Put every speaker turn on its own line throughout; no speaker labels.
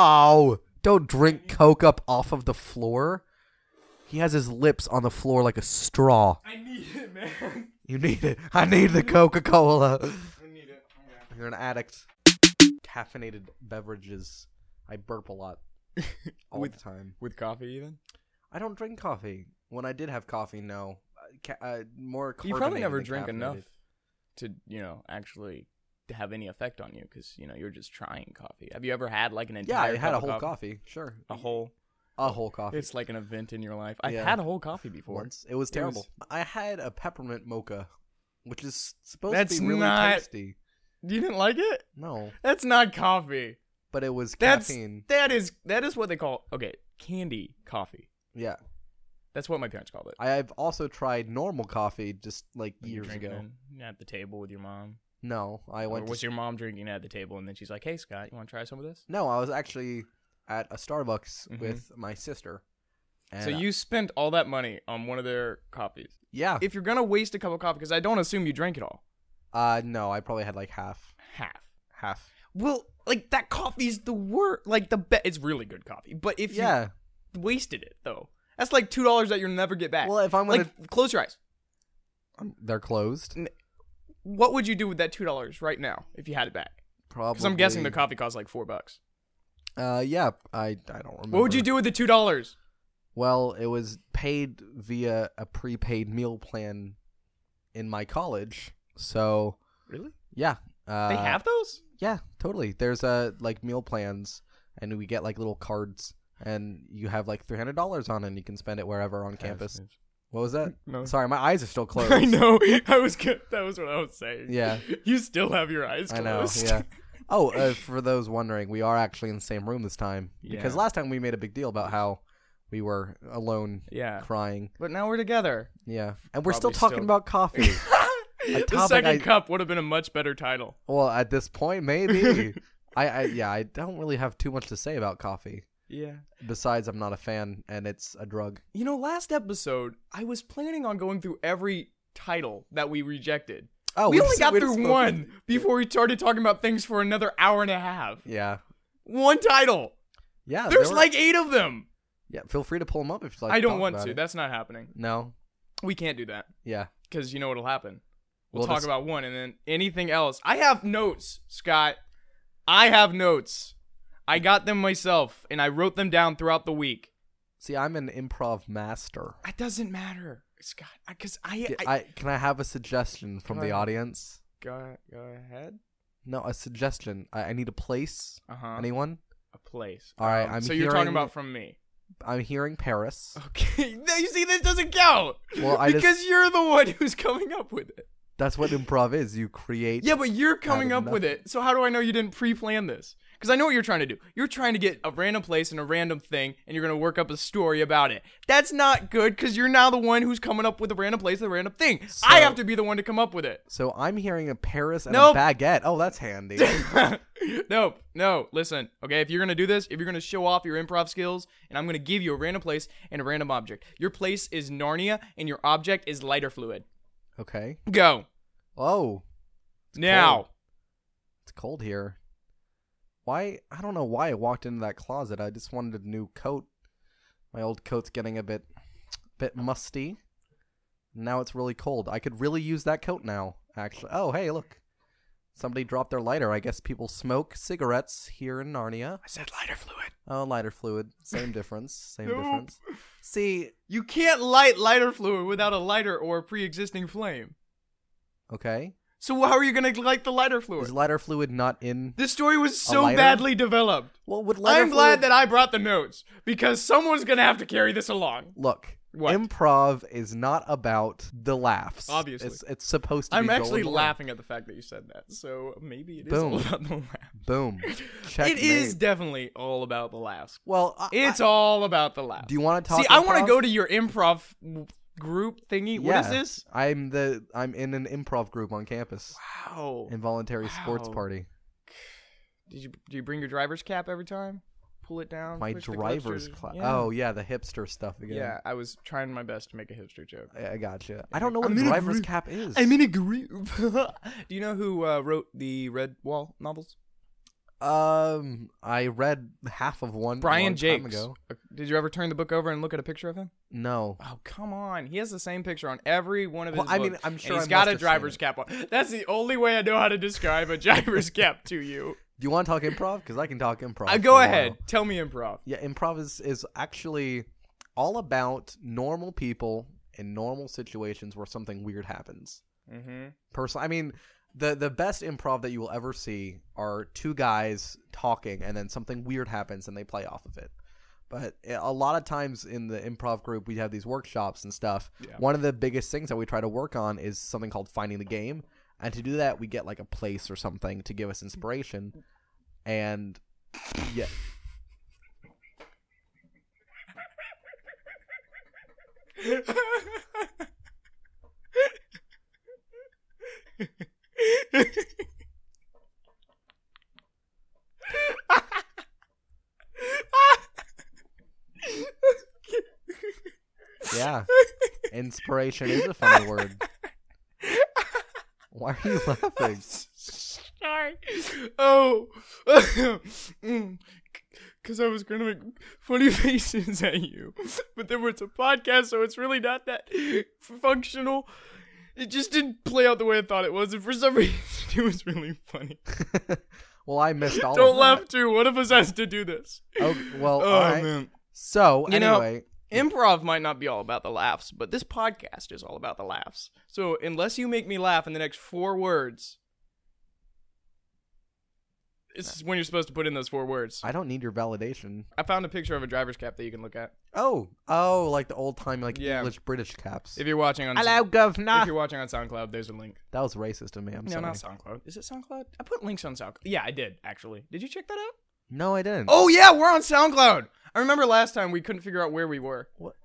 Oh, don't drink Coke up off of the floor. He has his lips on the floor like a straw.
I need it, man.
You need it. I need the Coca Cola.
I need it. Okay.
You're an addict. Caffeinated beverages. I burp a lot all
With-
the time.
With coffee, even.
I don't drink coffee. When I did have coffee, no. Uh, ca- uh, more.
You
carbonated
probably never
than
drink
caffeinated.
enough to, you know, actually have any effect on you because you know you're just trying coffee. Have you ever had Oh. like an
Yeah,
entire?
I had a
cup of
whole coffee. Sure,
A whole.
a whole coffee.
It's like an event in your life. I
Yeah.
had a whole coffee before.
once. It was
It was-
terrible. I had a peppermint mocha, which is supposed
That's
to be really
not-
tasty.
You didn't like it?
No,
That's not coffee.
but it was
That's
caffeine.
that is that is what they call okay candy coffee.
Yeah,
That's what my parents called it.
I have also tried normal coffee just like
When you're
years ago.
drinking At the table with your mom.
No, I
Or
went. To...
was your mom drinking at the table and then she's like, "Hey Scott, you want to try some of this?"
No, I was actually at a Starbucks
Mhm.
with my sister. And uh,
so you spent all that money on one of their coffees.
yeah.
If you're gonna waste a cup of coffee, because I don't assume you drank it all,
Uh, no, I probably had like half,
half.
half.
Well, like that coffee's the worst. Like the bet, it's really good coffee, but if
yeah.
you wasted it though, that's like two dollars that you'll never get back.
Well, if I'm gonna,
like close your eyes.
Um, they're closed.
What would you do with that two dollars right now if you had it back?
Probably.
Because I'm guessing the coffee costs like four bucks.
Uh, yeah, I I don't remember.
What would you do with the two dollars?
Well, it was paid via a prepaid meal plan in my college. So
Really?
yeah, uh,
They have those?
yeah, totally. There's uh like meal plans, and we get like little cards, and you have like three hundred dollars on, it and you can spend it wherever on campus. What was that?
No.
Sorry, my eyes are still closed.
I know. I was. Good. That was what I was saying.
Yeah.
You still have your eyes
I
closed.
know. Yeah. Oh, uh, for those wondering, we are actually in the same room this time because
Yeah.
last time we made a big deal about how we were alone
yeah.
crying.
But now we're together.
Yeah, and we're still talking
Probably still-
about coffee.
the
topic
second
I-
cup would have been a much better title.
well, at this point, maybe. I, I yeah, I don't really have too much to say about coffee.
Yeah.
Besides, I'm not a fan, and it's a drug.
You know, last episode I was planning on going through every title that we rejected.
Oh,
we only
just-
got
just
through
spoke-
one before we started talking about things for another hour and a half.
Yeah,
One title.
yeah. Oh, there
There's
were-
like eight of them.
yeah. Feel free to pull them up if you like.
I don't
talk
want
about
to.
it.
That's not happening.
No.
We can't do that
Yeah.
because you know what'll happen. We'll,
We'll
talk
just-
about one and then anything else. I have notes, Scott. I have notes. I got them myself and I wrote them down throughout the week.
See, I'm an improv master.
It doesn't matter, Scott, because I,
D-
I,
I, can I have a suggestion from
Can I-
the audience?
go, go ahead.
No, a suggestion. I, I need a place.
Uh huh.
Anyone?
A place. Um,
All right, I'm
so you're talking
hearing-
about from me.
I'm hearing Paris.
Okay. No, you see, this doesn't count.
Well, I just-
because you're the one who's coming up with it.
That's what improv is. You create.
Yeah, but you're coming
of
up with it. So how do I know you didn't pre-plan this? Because I know what you're trying to do. You're trying to get a random place and a random thing, and you're gonna work up a story about it. That's not good because you're now the one who's coming up with a random place and a random thing. I
So-
have to be the one to come up with it.
So I'm hearing a Paris and
Nope.
a baguette. Oh, that's handy.
no, no. Listen, okay. If you're gonna do this, if you're gonna show off your improv skills, and I'm gonna give you a random place and a random object. Your place is Narnia, and your object is lighter fluid.
okay.
Go
Oh,
now.
cold. it's cold here. Why? I don't know why I walked into that closet. I just wanted a new coat. My old coat's getting a bit, bit musty. Now it's really cold. I could really use that coat now. Actually. Oh, hey, look. Somebody dropped their lighter. I guess people smoke cigarettes here in Narnia.
I said lighter fluid.
Oh, lighter fluid. Same difference. Same
Nope.
difference. See,
You can't light lighter fluid without a lighter or a pre-existing flame.
okay.
So how are you gonna light the lighter fluid?
Is lighter fluid not in?
this story was so
lighter?
badly developed.
Well, would lighter
I'm glad
fluid-
that I brought the notes because someone's gonna have to carry this along.
Look,
What?
improv is not about the laughs.
Obviously.
it's, it's supposed to.
I'm
be
actually
going
laughing at the fact that you said that. So maybe it is
Boom.
all about the laugh.
along. Boom. Checkmate.
It is definitely all about the laughs.
Well, I,
It's
I-
all about the laughs.
do you want to talk?
See, I want to
improv?
go to your improv w- group thingy. What is
Yeah.
this?
I'm the I'm in an improv group on campus,
Wow.
involuntary sports
Wow.
party.
Did you do you bring your driver's cap every time? Pull it down.
My
push the
driver's
clutch to-
class.
Yeah.
Oh yeah, the hipster stuff again.
Yeah, I was trying my best to make a hipster joke.
I, I gotcha. I don't know what
I'm
a
in a
driver's
group.
cap is.
a group. Do you know who uh, wrote the Red Wall novels?
Um, I read half of one. a long
Brian
time
Jakes. Uh,
ago.
Did you ever turn the book over and look at a picture of him?
No.
Oh come on! He has the same picture on every one of his.
Well, I mean,
books,
I'm
and
sure I
he's
must
got
have
a
seen
driver's
it.
cap on. That's the only way I know how to describe a driver's cap to you.
Do you want to talk improv? Because I can talk improv.
Uh,
for a
go
while.
ahead, tell me improv.
Yeah, improv is, is actually all about normal people in normal situations where something weird happens.
Mm-hmm.
Personally, I mean, the the best improv that you will ever see are two guys talking, and then something weird happens, and they play off of it. But a lot of times in the improv group, we have these workshops and stuff.
Yeah.
One of the biggest things that we try to work on is something called finding the game, and to do that, we get like a place or something to give us inspiration, and yeah.
Mm-hmm.
Yeah. Inspiration is a funny word. Why are you laughing?
Sorry. Oh, because I was gonna make funny faces at you, but then it's a podcast, so it's really not that functional. It just didn't play out the way I thought it was, and for some reason, it was really funny.
well, I missed all
Don't
of
laugh too. One of us has to do this.
that. Oh, well,
Oh
all right.
man.
So,
You know-
anyway,
Improv might not be all about the laughs, but this podcast is all about the laughs. So unless you make me laugh in the next four words, this is when you're supposed to put in those four words.
I don't need your validation.
I found a picture of a driver's cap that you can look at
Oh, oh, like the old time, like
Yeah.
English British caps.
if you're watching on. If
governor.
you're watching on SoundCloud, there's a link.
That was racist of me. I'm
no,
sorry.
not SoundCloud. Is it SoundCloud? I put links on SoundCloud. Yeah, I did actually. Did you check that out?
No, I didn't.
Oh yeah, we're on SoundCloud. I remember last time we couldn't figure out where we were.
What?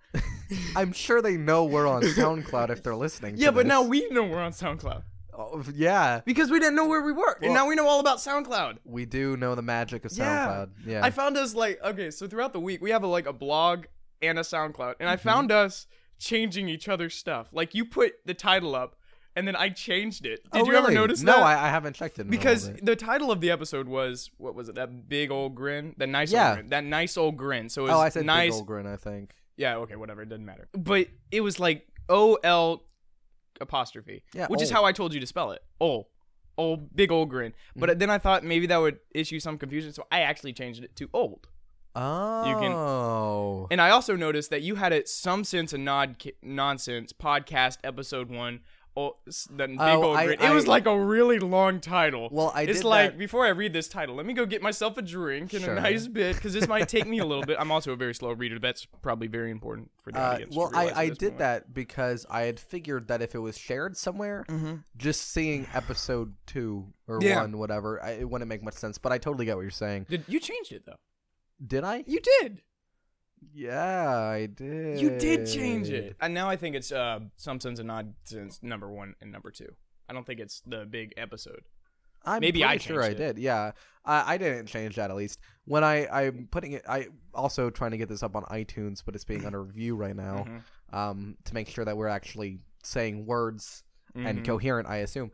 I'm sure they know we're on SoundCloud if they're listening.
Yeah,
to
but
this.
now we know we're on SoundCloud
Oh, yeah,
because we didn't know where we were,
Well-
and now we know all about SoundCloud.
we do know the magic of
Yeah.
SoundCloud. Yeah.
I found us like okay, so throughout the week we have a, like a blog and a SoundCloud, and I
Mm-hmm.
found us changing each other's stuff. Like you put the title up, and then I changed it. Did
Oh,
you ever
really?
notice
no,
that?
I, I haven't checked it. in a little
because
bit.
the title of the episode was what was it? That big old grin, that nice
Yeah.
old grin, that nice old grin. So it was
oh, I said
nice.
Big Olgren, I think.
Yeah, okay, whatever, it doesn't matter. But it was like O L apostrophe,
Yeah,
which is
old.
how I told you to spell it. Ol, old big old grin.
Mm-hmm.
But then I thought maybe that would issue some confusion, so I actually changed it to old. can-
Oh.
And I also noticed that you had it some sense and nod ki- nonsense podcast episode one. Oh, s- the big
Oh,
old
I-
grin.
I-
it was like a really long title.
Well, I
it's
did
like
that-
before I read this title, let me go get myself a drink and
Sure.
a nice bit because this might take me a little bit. I'm also a very slow reader. That's probably very important for the
Uh,
audience. to
well, I,
realize at
I
this
did
point.
that because I had figured that if it was shared somewhere, just seeing episode two or
Mm-hmm. Yeah.
one, whatever, I, it wouldn't make much sense. But I totally get what you're saying.
Did you changed it though?
Did I?
You did.
Yeah, I did.
You did change it. And now I think it's uh, some sense and nonsense number one and number two. I don't think it's the big episode.
I'm
Maybe
pretty
I
sure I
changed
did. Yeah, I, I didn't change that at least. When I I'm putting it, I also trying to get this up on iTunes, but it's being under review right now,
Mm-hmm.
um, to make sure that we're actually saying words
Mm-hmm.
Mm-hmm.
and coherent. I assume,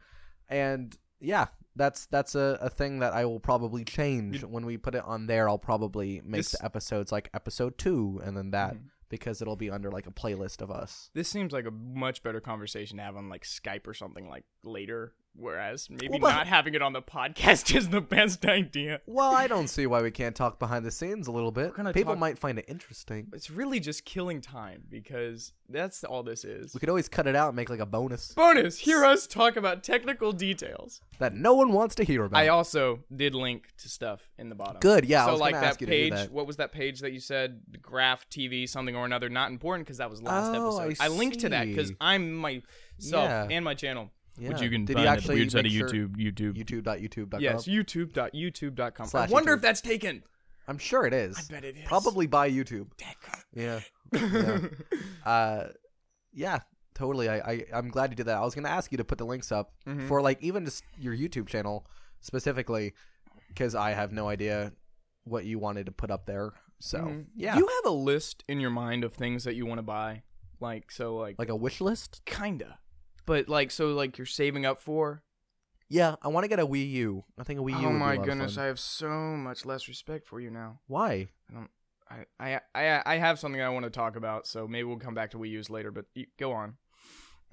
and yeah. That's that's a, a thing that I will probably change when we put it on there. I'll probably make
This-
the episodes like episode two and then that
Mm-hmm.
because it'll be under like a playlist of us.
This seems like a much better conversation to have on like Skype or something like later. Whereas maybe
Well, but-
not having it on the podcast is the best idea.
Well, I don't see why we can't talk behind the scenes a little bit.
gonna
People
talk-
might find it interesting.
It's really just killing time because that's all this is.
We could always cut it out and make like a bonus
Bonus, hear us talk about technical details.
that no one wants to hear about.
I also did link to stuff in the bottom.
Good, yeah, I
So
was
like
gonna
that
ask you to do
page,
that.
what was that page that you said? Graph TV, something or another, not important because that was last
Oh,
episode.
I
linked to that because
see.
I'm myself
Yeah.
and my channel.
yeah.
Which you can
Did
find
you
at the
actually
weird side of
make sure-
YouTube. YouTube.
YouTube.youtube.com.
Yes, youtube.youtube.com. I
Slash
wonder
YouTube.
if that's taken.
I'm sure it is.
I bet it is.
Probably by YouTube. Yeah. Yeah. uh, yeah. Totally. I, I I'm glad you did that. I was gonna ask you to put the links up
Mhm.
for like even just your YouTube channel specifically, because I have no idea what you wanted to put up there. So
Mhm.
yeah,
Do you have a list in your mind of things that you want to buy? Like so like,
like a wish list.
kinda. But like so like you're saving up for
Yeah, I want to get a Wii U. I think a Wii U.
oh
would be a
my
lot of
goodness,
fun.
I have so much less respect for you now.
Why?
I, I, I, I have something I want to talk about, so maybe we'll come back to Wii U's later. But you, go on.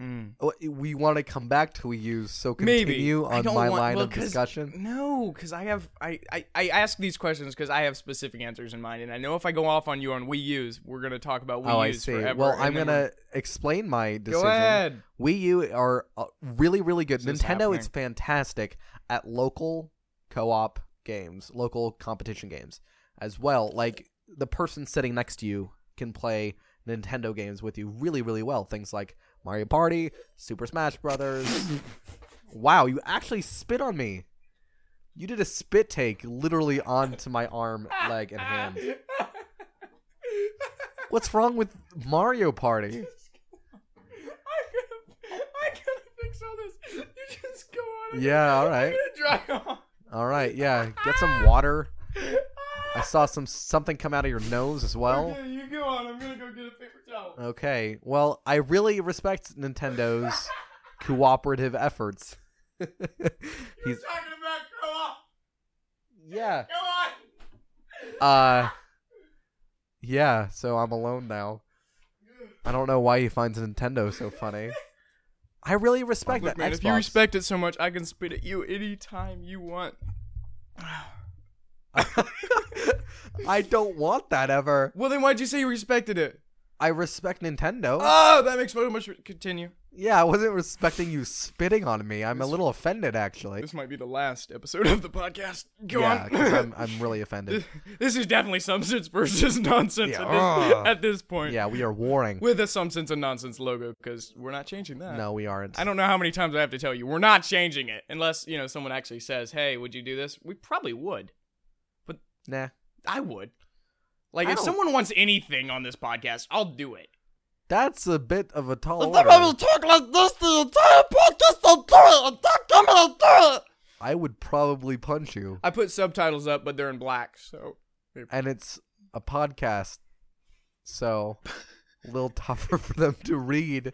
Mm.
Oh, We want to come back to Wii U, so
Maybe.
continue
I
on
don't
my
want-
line
well,
of
'cause-
discussion.
No, because I have I, I, I ask these questions because I have specific answers in mind, and I know if I go off on you on Wii U's, we're gonna talk about Wii
Oh, I
U's
see.
forever.
well,
and
I'm
then
gonna explain my
we're- go
decision.
ahead.
Wii U are uh, really, really good.
This is
Nintendo is fantastic at local co-op games, local competition games as well. Like the person sitting next to you can play Nintendo games with you really, really well. Things like Mario Party, Super Smash Brothers. wow, you actually spit on me. You did a spit take literally onto my arm, leg, and hand. What's wrong with Mario Party?
I gotta, I gotta fix all this. You just go on.
Yeah, all right.
I'm gonna dry off.
All right, yeah. Get some water. I saw some something come out of your nose as well.
Ah, Okay, you go on. I'm gonna go get a paper towel.
Okay. Well, I really respect Nintendo's cooperative efforts.
You're
He's
talking about grow up.
yeah.
Go on.
Uh Yeah, so I'm alone now. I don't know why he finds Nintendo so funny. I really respect
Look,
that.
man,
Xbox.
if you respect it so much, I can spit at you anytime you want.
I don't want that ever.
Well, then why'd you say you respected it?
I respect Nintendo.
Oh, that makes so much. Continue.
yeah, I wasn't respecting you spitting on me. I'm a little offended actually.
This might be the last episode of the podcast. Go
yeah, 'cause
on.
I'm I'm really offended.
this is definitely substance versus nonsense
Yeah,
at, this,
ugh.
at this point.
Yeah, we are warring.
With a substance and nonsense logo, because we're not changing that.
No, we aren't.
I don't know how many times I have to tell you, we're not changing it unless you know someone actually says, "Hey, would you do this?" We probably would.
Nah.
I would. Like,
I
if
don't-
someone wants anything on this podcast, I'll do it.
That's a bit of a tall
If I will
order.
talk like this the entire podcast, I'll do it. I'm not coming, I'll do it.
I would probably punch you.
I put subtitles up, but they're in black, so
And it's a podcast, so a little tougher for them to read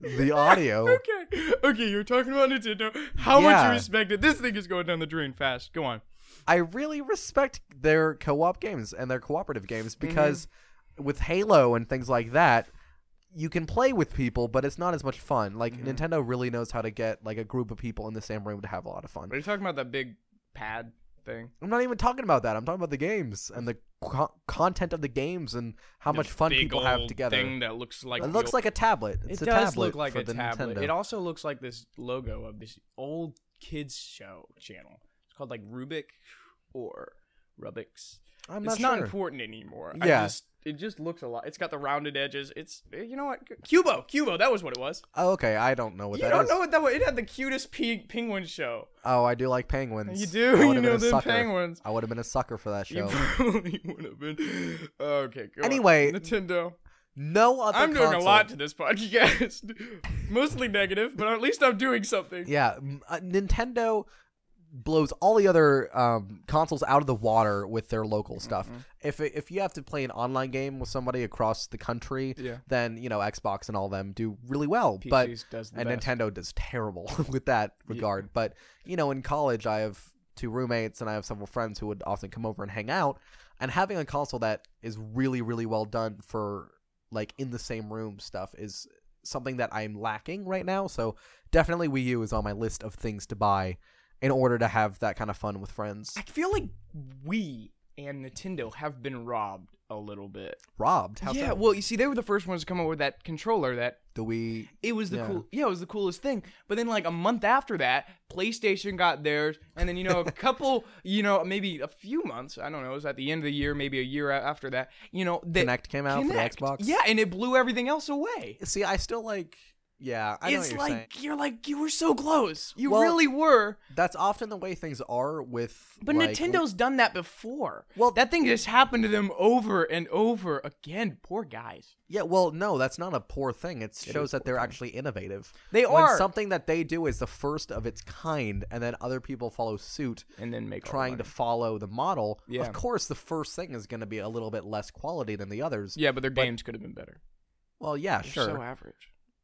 the audio.
okay, okay. You're talking about Nintendo. How much
Yeah.
you respect it? This thing is going down the drain fast. Go on.
I really respect their co op games and their cooperative games because with Halo and things like that, you can play with people, but it's not as much fun. Like Nintendo really knows how to get like a group of people in the same room to have a lot of fun.
Are you talking about that big pad thing?
I'm not even talking about that. I'm talking about the games and the co- content of the games and how much fun
Big
people have
old
together.
Thing that looks like
it looks like a tablet. It's
it
a
does
tablet
look like
for
a
the
tablet.
Nintendo.
It also looks like this logo of this old kids show channel. It's called like Rubik or Rubik's.
I'm
it's
not
not
sure.
important anymore. I
Yeah.
just, it just looks a lot. It's got the rounded edges. It's eh, you know what? Cubo, Cubo. That was what it was.
oh, okay, I don't know what
you
that
don't
is.
know what that was. It had the cutest pe- penguin show.
Oh, I do like penguins.
You
I
do.
would've
You
been
know
a
the
sucker.
penguins.
I would have been a sucker for that
You
show.
probably would have been. Okay. Go on.
Anyway,
Nintendo.
No other.
I'm doing a
console-
lot to this podcast. Mostly negative, but at least I'm doing something.
Yeah, m- uh, Nintendo blows all the other um, consoles out of the water with their local stuff.
Mm-hmm.
If if you have to play an online game with somebody across the country,
Yeah.
then you know Xbox and all them do really well. but
PCs does the
and
best.
Nintendo does terrible with that regard. But you know, in college, I have two roommates and I have several friends who would often come over and hang out. And having a console that is really, really well done for like in the same room stuff is something that I'm lacking right now. So definitely, Wii U is on my list of things to buy in order to have that kind of fun with friends.
I feel like we and Nintendo have been robbed a little bit.
Robbed? How
yeah,
so?
well, you see, they were the first ones to come up with that controller that
the Wii.
it was the
Yeah.
cool yeah, it was the coolest thing. But then like a month after that, PlayStation got theirs, and then you know, a couple you know, maybe a few months, I don't know, it was at the end of the year, maybe a year a- after that, you know, the
Kinect came out for the
Kinect.
Xbox.
Yeah, and it blew everything else away.
See, I still like. Yeah, I know what
it's
you're
like
saying.
you're like you were so close. You
Well,
really were.
That's often the way things are with.
But
like,
Nintendo's done that before.
Well-
that thing just happened to them over and over again. Poor guys.
Yeah, well, no, that's not a poor thing. It shows that they're actually innovative.
They
when
are.
something that they do is the first of its kind, and then other people follow suit,
And then make all the
trying to
money.
follow the model.
Yeah.
Of course, the first thing is going to be a little bit less quality than the others.
Yeah, but their games could have been better.
Well, yeah,
They're
sure.
So average.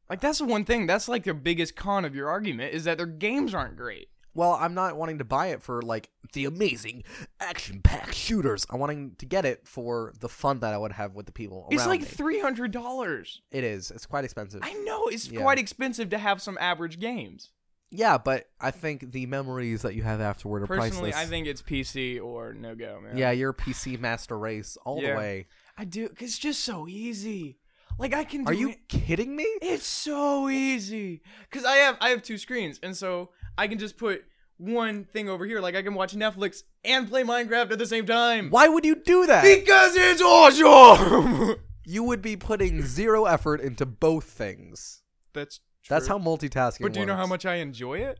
Like that's the one thing. That's like the biggest con of your argument is that their games aren't great.
Well, I'm not wanting to buy it for like the amazing action-packed shooters. I'm wanting to get it for the fun that I would have with the people
It's
around
like
me.
three hundred dollars.
it is. It's quite expensive.
I know it's
Yeah.
quite expensive to have some average games.
Yeah, but I think the memories that you have afterward are
Personally,
priceless.
I think it's PC or no go, man.
yeah, you're a PC master race all
Yeah.
the way.
I do. 'cause it's just so easy. Like I can. Do
Are you
it-
kidding me?
It's so easy. Cause I have I have two screens, and so I can just put one thing over here. Like I can watch Netflix and play Minecraft at the same time.
Why would you do that?
Because it's awesome.
you would be putting zero effort into both things.
That's true.
That's how multitasking
But do you know how
works.
much I enjoy it?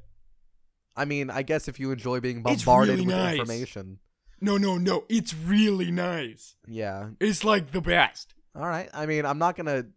I mean, I guess if you enjoy being
It's
bombarded
really
with
nice.
information.
No, no, no. It's really nice.
Yeah.
It's like the best.
All right. I mean, I'm not going to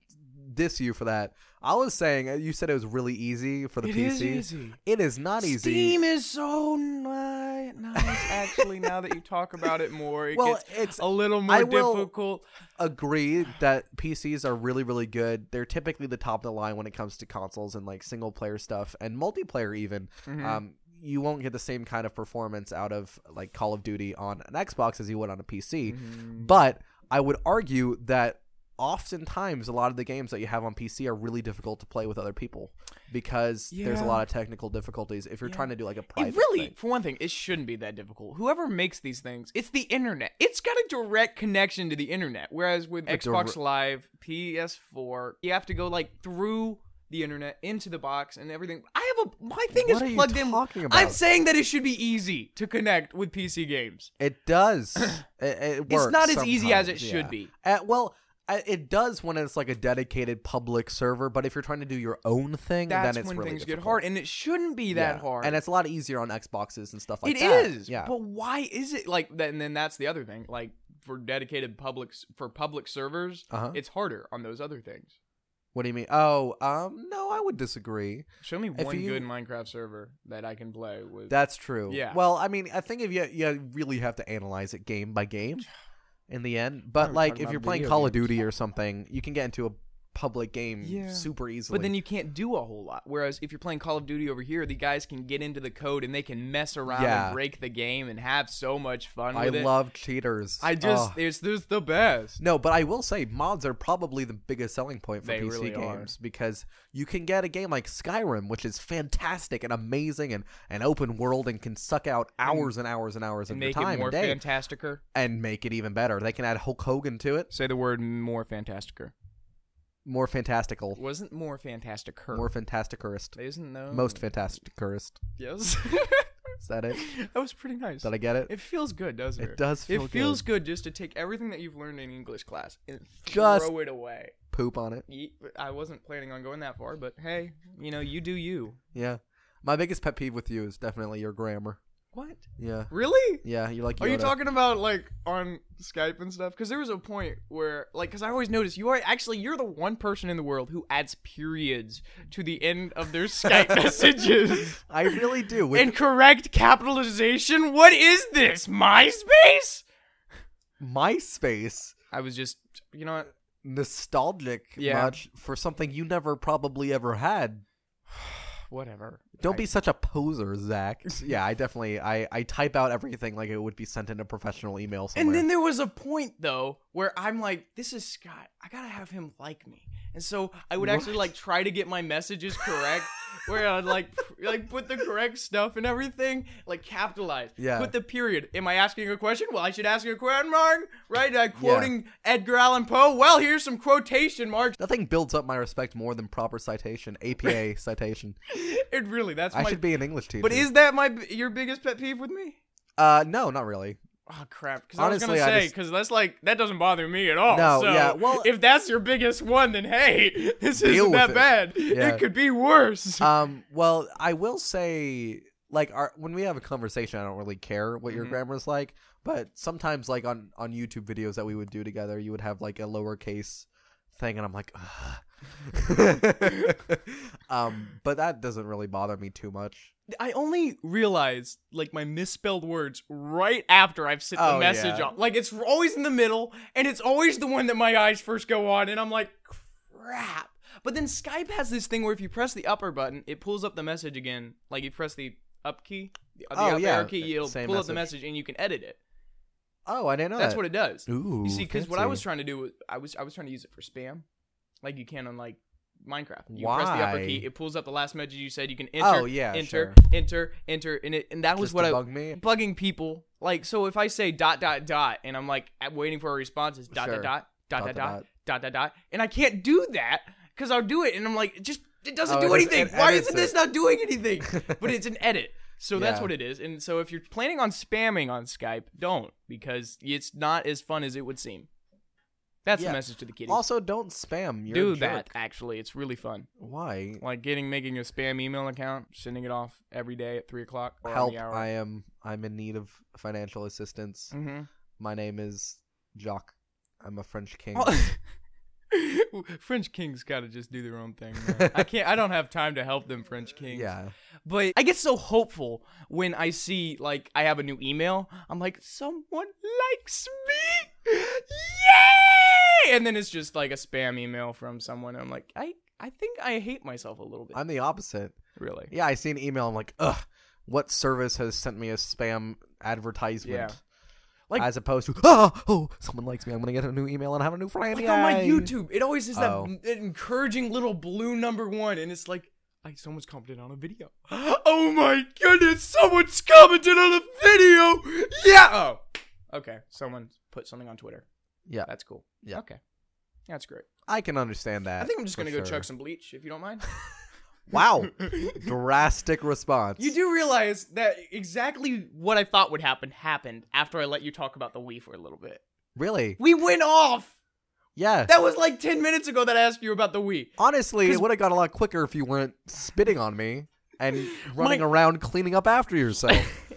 diss you for that. I was saying, uh, you said it was really easy for the
It
PC.
is easy.
It is not easy.
Steam is so ni- nice. Actually, now that you talk about it more, it
Well,
gets
it's-
a little more
I will-
difficult.
agree that PCs are really, really good. They're typically the top of the line when it comes to consoles and like single player stuff and multiplayer even.
Mm-hmm.
Um, you won't get the same kind of performance out of like Call of Duty on an Xbox as you would on a PC.
Mm-hmm.
But I would argue that oftentimes a lot of the games that you have on PC are really difficult to play with other people because there's a
Yeah.
lot of technical difficulties if you're trying to do like a private
it really,
thing.
for one thing, it shouldn't be that difficult. Whoever makes these things, it's the internet. It's got a direct connection to the internet. Whereas with
A
Xbox
direct-
Live, PS4, you have to go like through the internet into the box and everything. I have a my thing is
What are you
plugged in.
talking
I'm
about?
saying that it should be easy to connect with PC games.
It does. it, it works
not as easy as it
sometimes,
should
yeah.
be.
Uh, well, I- it does when it's like a dedicated public server, but if you're trying to do your own thing,
That's
then it's
when
really
things
difficult.
get hard, and it shouldn't be that
Yeah.
hard.
and it's a lot easier on Xboxes and stuff like
It is,
that. yeah.
But why is it like that? And then that's the other thing. Like for dedicated public for public servers,
Uh-huh.
it's harder on those other things.
what do you mean? Oh, um, no, I would disagree.
Show me
If
one
you-
good Minecraft server that I can play with.
That's true.
Yeah.
Well, I mean, I think if you you really have to analyze it game by game, in the end. But
we're
like,
talking
if
about
you're playing
video
Call of
games.
Duty or something, you can get into a public game
Yeah.
super easily.
but then you can't do a whole lot. Whereas if you're playing Call of Duty over here, the guys can get into the code and they can mess around
Yeah.
and break the game and have so much fun
I
with it.
love cheaters.
I just
Ugh.
it's there's the best.
No, but I will say mods are probably the biggest selling point for
They
PC
really are.
games because you can get a game like Skyrim, which is fantastic and amazing and an open world and can suck out hours and hours and hours of your
Make
time
it more
and day
fantasticer.
and make it even better. They can add Hulk Hogan to it,
Say the word more fantasticer.
more fantastical,
Wasn't more fantasticer.
more fantasticurist,
Isn't though
most fantasticurist.
Yes.
Is that it?
that was pretty nice.
Did I get it?
It feels good, doesn't it?
It does feel
It feels good just to take everything that you've learned in English class and
Just-
throw it away.
Poop on it.
Ye- I wasn't planning on going that far, but hey, you know, you do you.
Yeah. My biggest pet peeve with you is definitely your grammar.
What?
Yeah.
Really?
Yeah, you like
Are you
Yoda.
talking about like on Skype and stuff? Because there was a point where, like, because I always notice you are actually you're the one person in the world who adds periods to the end of their Skype messages
I really do. With
and correct capitalization. What is this? MySpace?
MySpace,
I was just, you know, what?
nostalgic
Yeah.
much for something you never probably ever had.
whatever.
Don't be such a poser, Zach. yeah, I definitely I, I type out everything like it would be sent in a professional email somewhere.
And then there was a point though where I'm like, this is Scott. I gotta have him like me. And so I would actually like try to get my messages correct, where I'd like pr- like put the correct stuff and everything, like capitalize.
Yeah.
Put the period. Am I asking a question? Well, I should ask a question mark, right? Uh, quoting Edgar Allan Poe. Well, here's some quotation marks.
Nothing builds up my respect more than proper citation, APA citation.
It really that's
I
my.
should be an English teacher.
but is that my b- your biggest pet peeve with me?
uh no, not really.
Oh crap! Because I was gonna
Honestly, I
say
just-
because that's like that doesn't bother me at all.
No,
so
yeah, well-
if that's your biggest one, then hey, this
Deal
isn't
with
that
it.
bad.
Yeah.
It could be worse.
Um well, I will say like our when we have a conversation, I don't really care what your
Mhm.
grammar is like, but sometimes like on on YouTube videos that we would do together, you would have like a lowercase thing and I'm like "Ugh." um but that doesn't really bother me too much.
I only realize like my misspelled words right after I've sent the
Oh,
message
yeah.
off. Like it's always in the middle, and it's always the one that my eyes first go on, and I'm like, crap. But then Skype has this thing where if you press the upper button, it pulls up the message again. Like you press the up key, the, the
Oh,
up
yeah,
arrow key, it'll
same
pull up the message and you can edit it.
Oh, I didn't know
That's
that.
what it does.
Ooh,
you see, because what I
fancy.
was trying to do was I was I was trying to use it for spam, like you can on like Minecraft. You press the upper
Why?
key, it pulls up the last message you said. You can enter,
Oh, yeah,
enter,
sure.
enter, enter, and it and that was
Just
what I
debug me?
bugging people. Like so, if I say dot dot dot, and I'm like at- waiting for a response, it's dot
Sure.
dot dot dot dot dot dot dot dot, and I can't do that because I'll do it, and I'm like it just it doesn't
Oh,
do
it just-
anything.
it
Why
edits
isn't this
it.
not doing anything? but it's an edit. So that's
Yeah.
what it is. And so if you're planning on spamming on Skype, don't because it's not as fun as it would seem. That's
Yeah.
the message to the kiddies.
Also, don't spam. You're a
do
jerk.
that actually. It's really fun.
Why?
Like getting making a spam email account, sending it off every day at three o'clock or on
Help!
the hour.
I am. I'm in need of financial assistance.
hmm
My name is Jock. I'm a French king.
Oh. French kings gotta just do their own thing. Man. I can't. I don't have time to help them, French kings.
yeah.
But I get so hopeful when I see like I have a new email. I'm like, someone likes me, yay! And then it's just like a spam email from someone. I'm like, I I think I hate myself a little bit.
I'm the opposite.
really?
Yeah, I see an email. I'm like, ugh. What service has sent me a spam advertisement?
Yeah. Like-
as opposed to, oh, oh, someone likes me. I'm gonna get a new email and have a new friend.
Like on my
Yay."
YouTube, it always is
Oh.
that that encouraging little blue number one, and it's like, like someone's commented on a video. Oh my goodness, someone's commented on a video. Yeah. Oh. Okay. Someone put something on Twitter.
Yeah.
That's cool.
Yeah.
Okay. That's great.
I can understand that.
I think I'm just
for
gonna go
sure.
chuck some bleach if you don't mind.
Wow, drastic response.
you do realize that exactly what I thought would happen happened after I let you talk about the Wii for a little bit.
really?
We went off.
Yeah.
That was like ten minutes ago that I asked you about the Wii.
Honestly,
'Cause-
it would have got a lot quicker if you weren't spitting on me and running
My-
around cleaning up after yourself.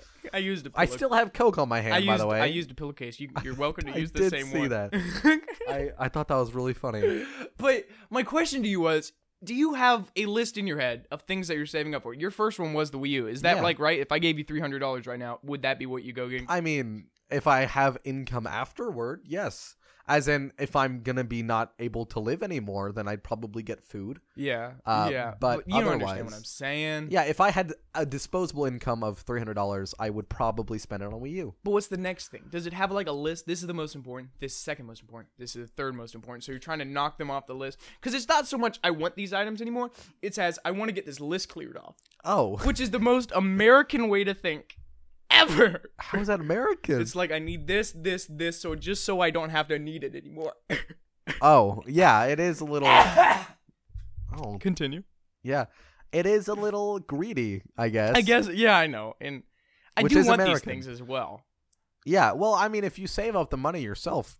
I used a
I
pillow-
still have coke on my hand,
I
by
used,
the way.
I used a pillowcase. You, you're welcome to
I
use the
did
same
see
one.
I, I thought that was really funny.
but my question to you was: Do you have a list in your head of things that you're saving up for? Your first one was the Wii U. Is that
Yeah. Uh,
like right? If I gave you three hundred dollars right now, would that be what you go get?
I mean, if I have income afterward, yes. As in, if I'm gonna be not able to live anymore, then I'd probably get food.
Yeah,
Uh,
yeah.
but
you don't understand what
otherwise-
I'm saying.
Yeah, if I had a disposable income of three hundred dollars, I would probably spend it on a Wii U.
But what's the next thing? Does it have like a list? This is the most important. This is second most important. This is the third most important. So you're trying to knock them off the list because it's not so much I want these items anymore. It's as I want to get this list cleared off,
Oh,
which is the most American way to think ever.
how is that American?
It's like I need this, this, this, so just so I don't have to need it anymore.
Oh, yeah, it is a little.
Ah!
oh,
Continue.
Yeah. It is a little greedy, I guess.
I guess. Yeah, I know, and I
Which
do
is
want these
American.
things as well.
Yeah. Well, I mean, if you save up the money yourself,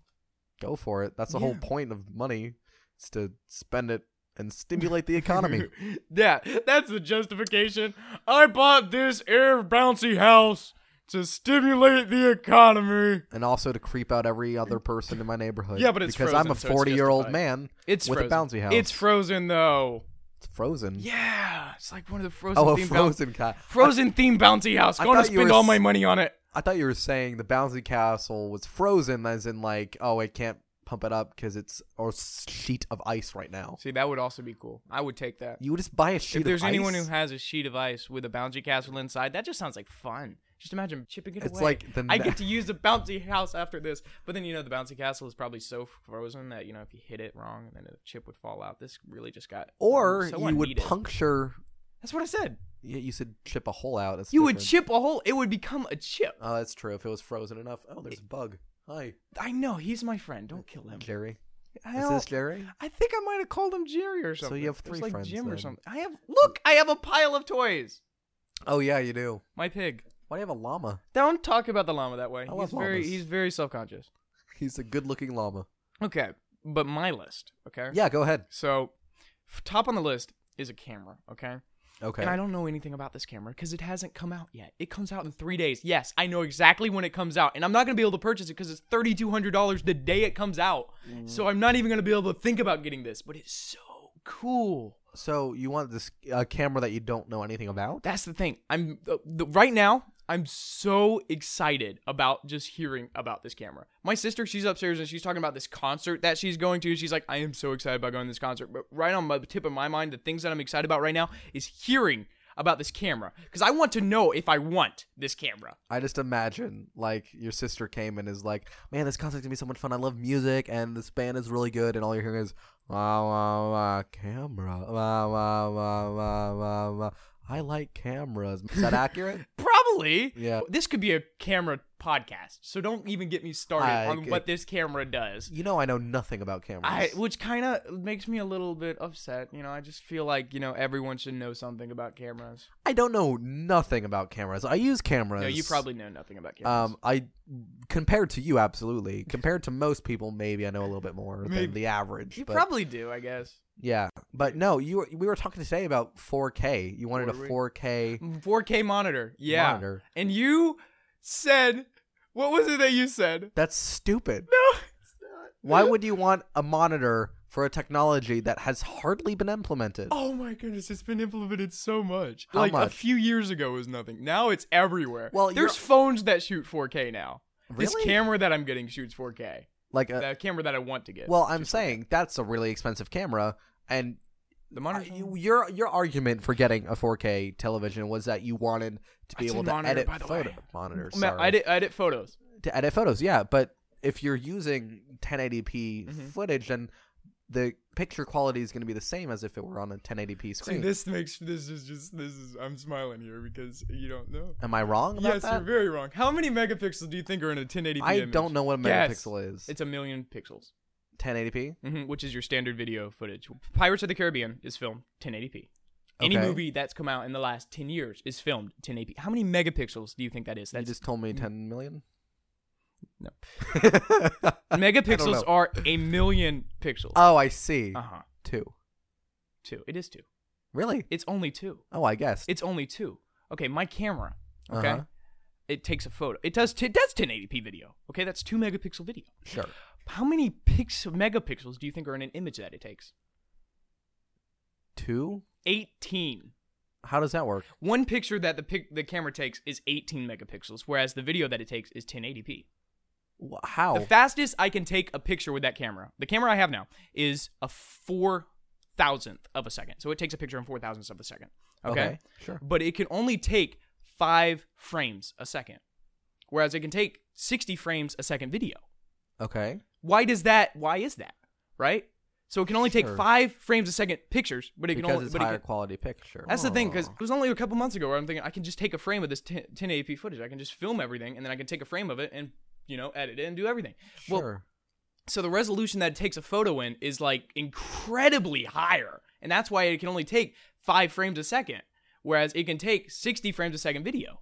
go for it. That's the whole
Yeah.
point of money, is to spend it and stimulate the economy.
yeah, that's the justification. I bought this air bouncy house to stimulate the economy.
and also to creep out every other person in my neighborhood.
Yeah, but it's
because I'm
frozen,
a
so it's
year old
justified.
man
It's
with
frozen.
a bouncy house.
It's frozen though.
It's frozen.
Yeah, it's like one of the frozen
Oh, a
themed
frozen cat.
frozen theme bouncy house.
I
Going to
thought you
spend
were
all
s-
my money on it.
I thought you were saying the bouncy castle was frozen, as in like, oh, I can't pump it up because it's a sheet of ice right now.
See, that would also be cool. I would take that.
You would just buy a sheet.
If there's
of ice.
anyone who has a sheet of ice with a bouncy castle inside, that just sounds like fun. Just imagine chipping it
It's
away.
like the
I
na-
get to use the bouncy house after this, but then you know the bouncy castle is probably so frozen that you know if you hit it wrong, and then the chip would fall out. This really just got um,
or
so
you would
unneeded.
puncture
That's what I said.
Yeah, you said chip a hole out. That's
You would
different.
chip a hole; it would become a chip.
Oh, that's true. If it was frozen enough. Oh, there's a bug. Hi,
I know he's my friend. Don't kill him.
Jerry.
I
Is
don't-
this Jerry?
I think I might have called him Jerry or something.
you have
It's
three
like
friends,
Jim or
then.
something. I have. Look, I have a pile of toys.
Oh yeah, you do.
My pig.
Why do you have a llama?
Don't talk about the llama that way.
I
he's
love
very
llamas.
he's very self conscious.
He's a good-looking llama.
Okay, but my list. Okay.
Yeah, go ahead.
So, f- top on the list is a camera. Okay.
Okay.
And I don't know anything about this camera because it hasn't come out yet. It comes out in three days. Yes, I know exactly when it comes out, and I'm not gonna be able to purchase it because it's thirty two hundred dollars the day it comes out.
Mm.
So I'm not even gonna be able to think about getting this. But it's so cool.
So you want this uh, camera that you don't know anything about?
That's the thing. I'm uh, the, right now. I'm so excited about just hearing about this camera. My sister, she's upstairs and she's talking about this concert that she's going to. She's like, I am so excited about going to this concert. But right on the tip of my mind, the things that I'm excited about right now is hearing about this camera because I want to know if I want this camera.
I just imagine like your sister came and is like, "Man, this concert's gonna be so much fun. I love music, and this band is really good." And all you're hearing is "wah wah wah camera, wah wah wah wah wah wah." I like cameras. Is that accurate?
Probably.
Yeah.
This could be a camera podcast, so don't even get me started
I
on
get-
what this camera does.
you know, I know nothing about cameras.
I, which kind of makes me a little bit upset. You know, I just feel like you know everyone should know something about cameras.
I don't know nothing about cameras. I use cameras.
No, you probably know nothing about cameras.
Um, I compared to you, absolutely. Compared to most people, maybe I know a little bit more than
Maybe.
the average.
you
but
probably do, I guess.
yeah, but no, you were, we were talking today about 4K. You wanted
Were
a
we?
4K
4K monitor, yeah.
monitor.
And you said, what was it that you said?
That's stupid.
No, it's not.
Why would you want a monitor for a technology that has hardly been implemented?
Oh my goodness, it's been implemented so much.
How
like a
much?
few years ago it was nothing. Now it's everywhere.
Well, you're-
there's phones that shoot 4K now. This
Really?
camera that I'm getting shoots 4K.
like a
the camera that I want to get.
well, I'm
shoots 4K.
saying that's a really expensive camera, and
the
I-
monitor.
you, your your argument for getting a 4K television was that you wanted to be
I said
able to
monitor,
edit
by the
photo
way.
monitors.
Ma-
sorry.
edit edit photos.
to edit photos. Yeah, but if you're using 1080p
Mhm.
footage, then the picture quality is going to be the same as if it were on a 1080p
See,
screen.
this makes this is just this is I'm smiling here because you don't know.
Am I wrong about
yes,
that?
you're very wrong. How many megapixels do you think are in a 1080p?
I
image?
don't know what a
Guess.
megapixel is.
It's a million pixels,
1080p.
hmm which is your standard video footage. Pirates of the Caribbean is filmed 1080p. Any
Okay.
movie that's come out in the last 10 years is filmed 1080p. How many megapixels do you think that is?
You
That's
just told me 10 million.
No.
I
megapixels
don't know.
are a million pixels.
Oh, I see.
Uh huh.
Two.
Two. It is two.
Really?
It's only two.
Oh, I guess.
It's only two. Okay, my camera. Okay.
Uh-huh.
It takes a photo. It does. T- it does 1080p video. Okay, that's two megapixel video.
Sure.
How many pixel megapixels do you think are in an image that it takes?
Two?
18.
How does that work?
One picture that the pic- the camera takes is 18 megapixels, whereas the video that it takes is 1080p.
Wh- How?
The fastest I can take a picture with that camera, the camera I have now, is a four thousandth of a second. So it takes a picture in four thousandths of a second. okay.
Sure.
but it can only take five frames a second, whereas it can take 60 frames a second video.
Okay.
Why does that? Why is that? Right? So it can only take
Sure.
five frames a second pictures, but it can
Because
only.
it's
but it
higher
can-
quality picture.
that's the thing, because
Oh.
it was only a couple months ago where I'm thinking I can just take a frame of this 10, 1080p footage. I can just film everything, and then I can take a frame of it and you know edit it and do everything. Well,
Sure.
so the resolution that it takes a photo in is like incredibly higher and that's why it can only take five frames a second whereas it can take 60 frames a second video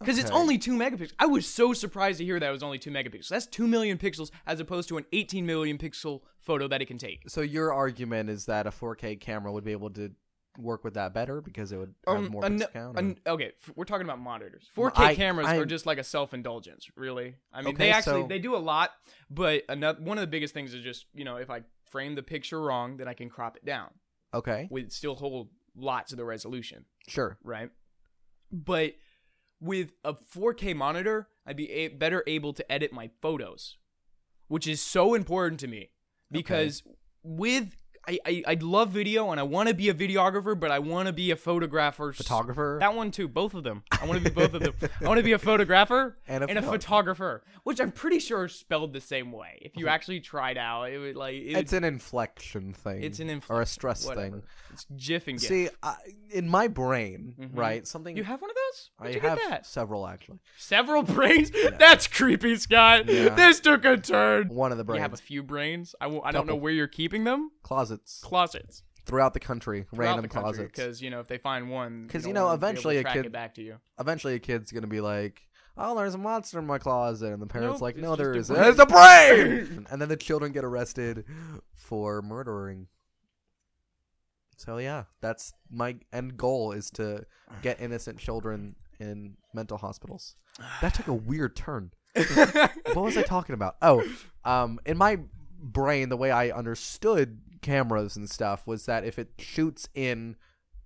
because it's
Okay.
only two megapixels i was so surprised to hear that it was only two megapixels that's two million pixels as opposed to an 18 million pixel photo that it can take
So your argument is that a 4K camera would be able to work with that better because it would have
Um,
more
an-
pixel count. or-
an- okay, f- we're talking about monitors. 4K
I-
cameras
I-
are just like a self-indulgence, really. I mean,
Okay,
they actually
so-
they do a lot, but another one of the biggest things is just you know if I frame the picture wrong, then I can crop it down.
okay,
with still hold lots of the resolution,
sure.
right? But with a 4K monitor, I'd be a- better able to edit my photos, which is so important to me because with I, I I love video and I want to be a videographer, but I want to be a photographer. s-
Photographer.
That one too, both of them. I want to be both of them. I want to be a photographer
And a
photographer, which I'm pretty sure is spelled the same way. If you actually tried out, it would like it,
it's an inflection thing.
It's an
or a
inflection,
stress
whatever.
thing.
it's GIF and GIF.
See, I, in my brain,
Mhm.
right? Something
You have one of those?
I
Where'd you
have
get that?
several actually.
Several brains? That's creepy, Scott.
Yeah.
This took a turn.
One of the
You
brains,
have a few brains. I, w- I don't know
Couple.
where you're keeping them.
closets
Closets.
throughout the country,
Throughout
random
the country,
closets.
because you know if they find one,
'Cause,
you
you
don't
know,
wanna be able
eventually
to
a
track
kid-
it back to you.
Eventually, a kid's gonna be like. Oh, there's a monster in my closet, and the parents
Nope,
like,
it's
"No,
just
there
a
isn't."
brain.
It's a brain, and then the children get arrested for murdering. So yeah, that's my end goal is to get innocent children in mental hospitals. That took a weird turn. what was I talking about? Oh, um, in my brain, the way I understood cameras and stuff was that if it shoots in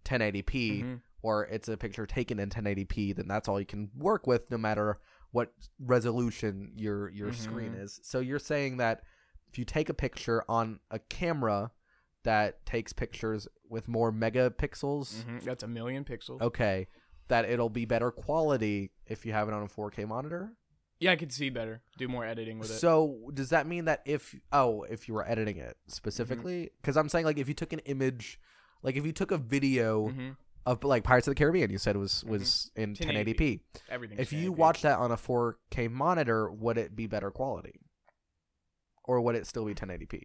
1080p,
Mhm.
or it's a picture taken in 1080p, then that's all you can work with, no matter what resolution your your screen
Mhm.
is. So you're saying that if you take a picture on a camera that takes pictures with more megapixels,
Mhm, That's a million pixels.
okay, that it'll be better quality if you have it on a 4K monitor.
Yeah, I could see better. Do more editing with it.
So does that mean that if oh if you were editing it specifically
Mm-hmm.
because I'm saying like if you took an image like if you took a video
Mhm.
of like Pirates of the Caribbean you said was
Mm-hmm.
was in
1080p.
1080p
Everything.
if you watch that on a 4K monitor would it be better quality or would it still be 1080p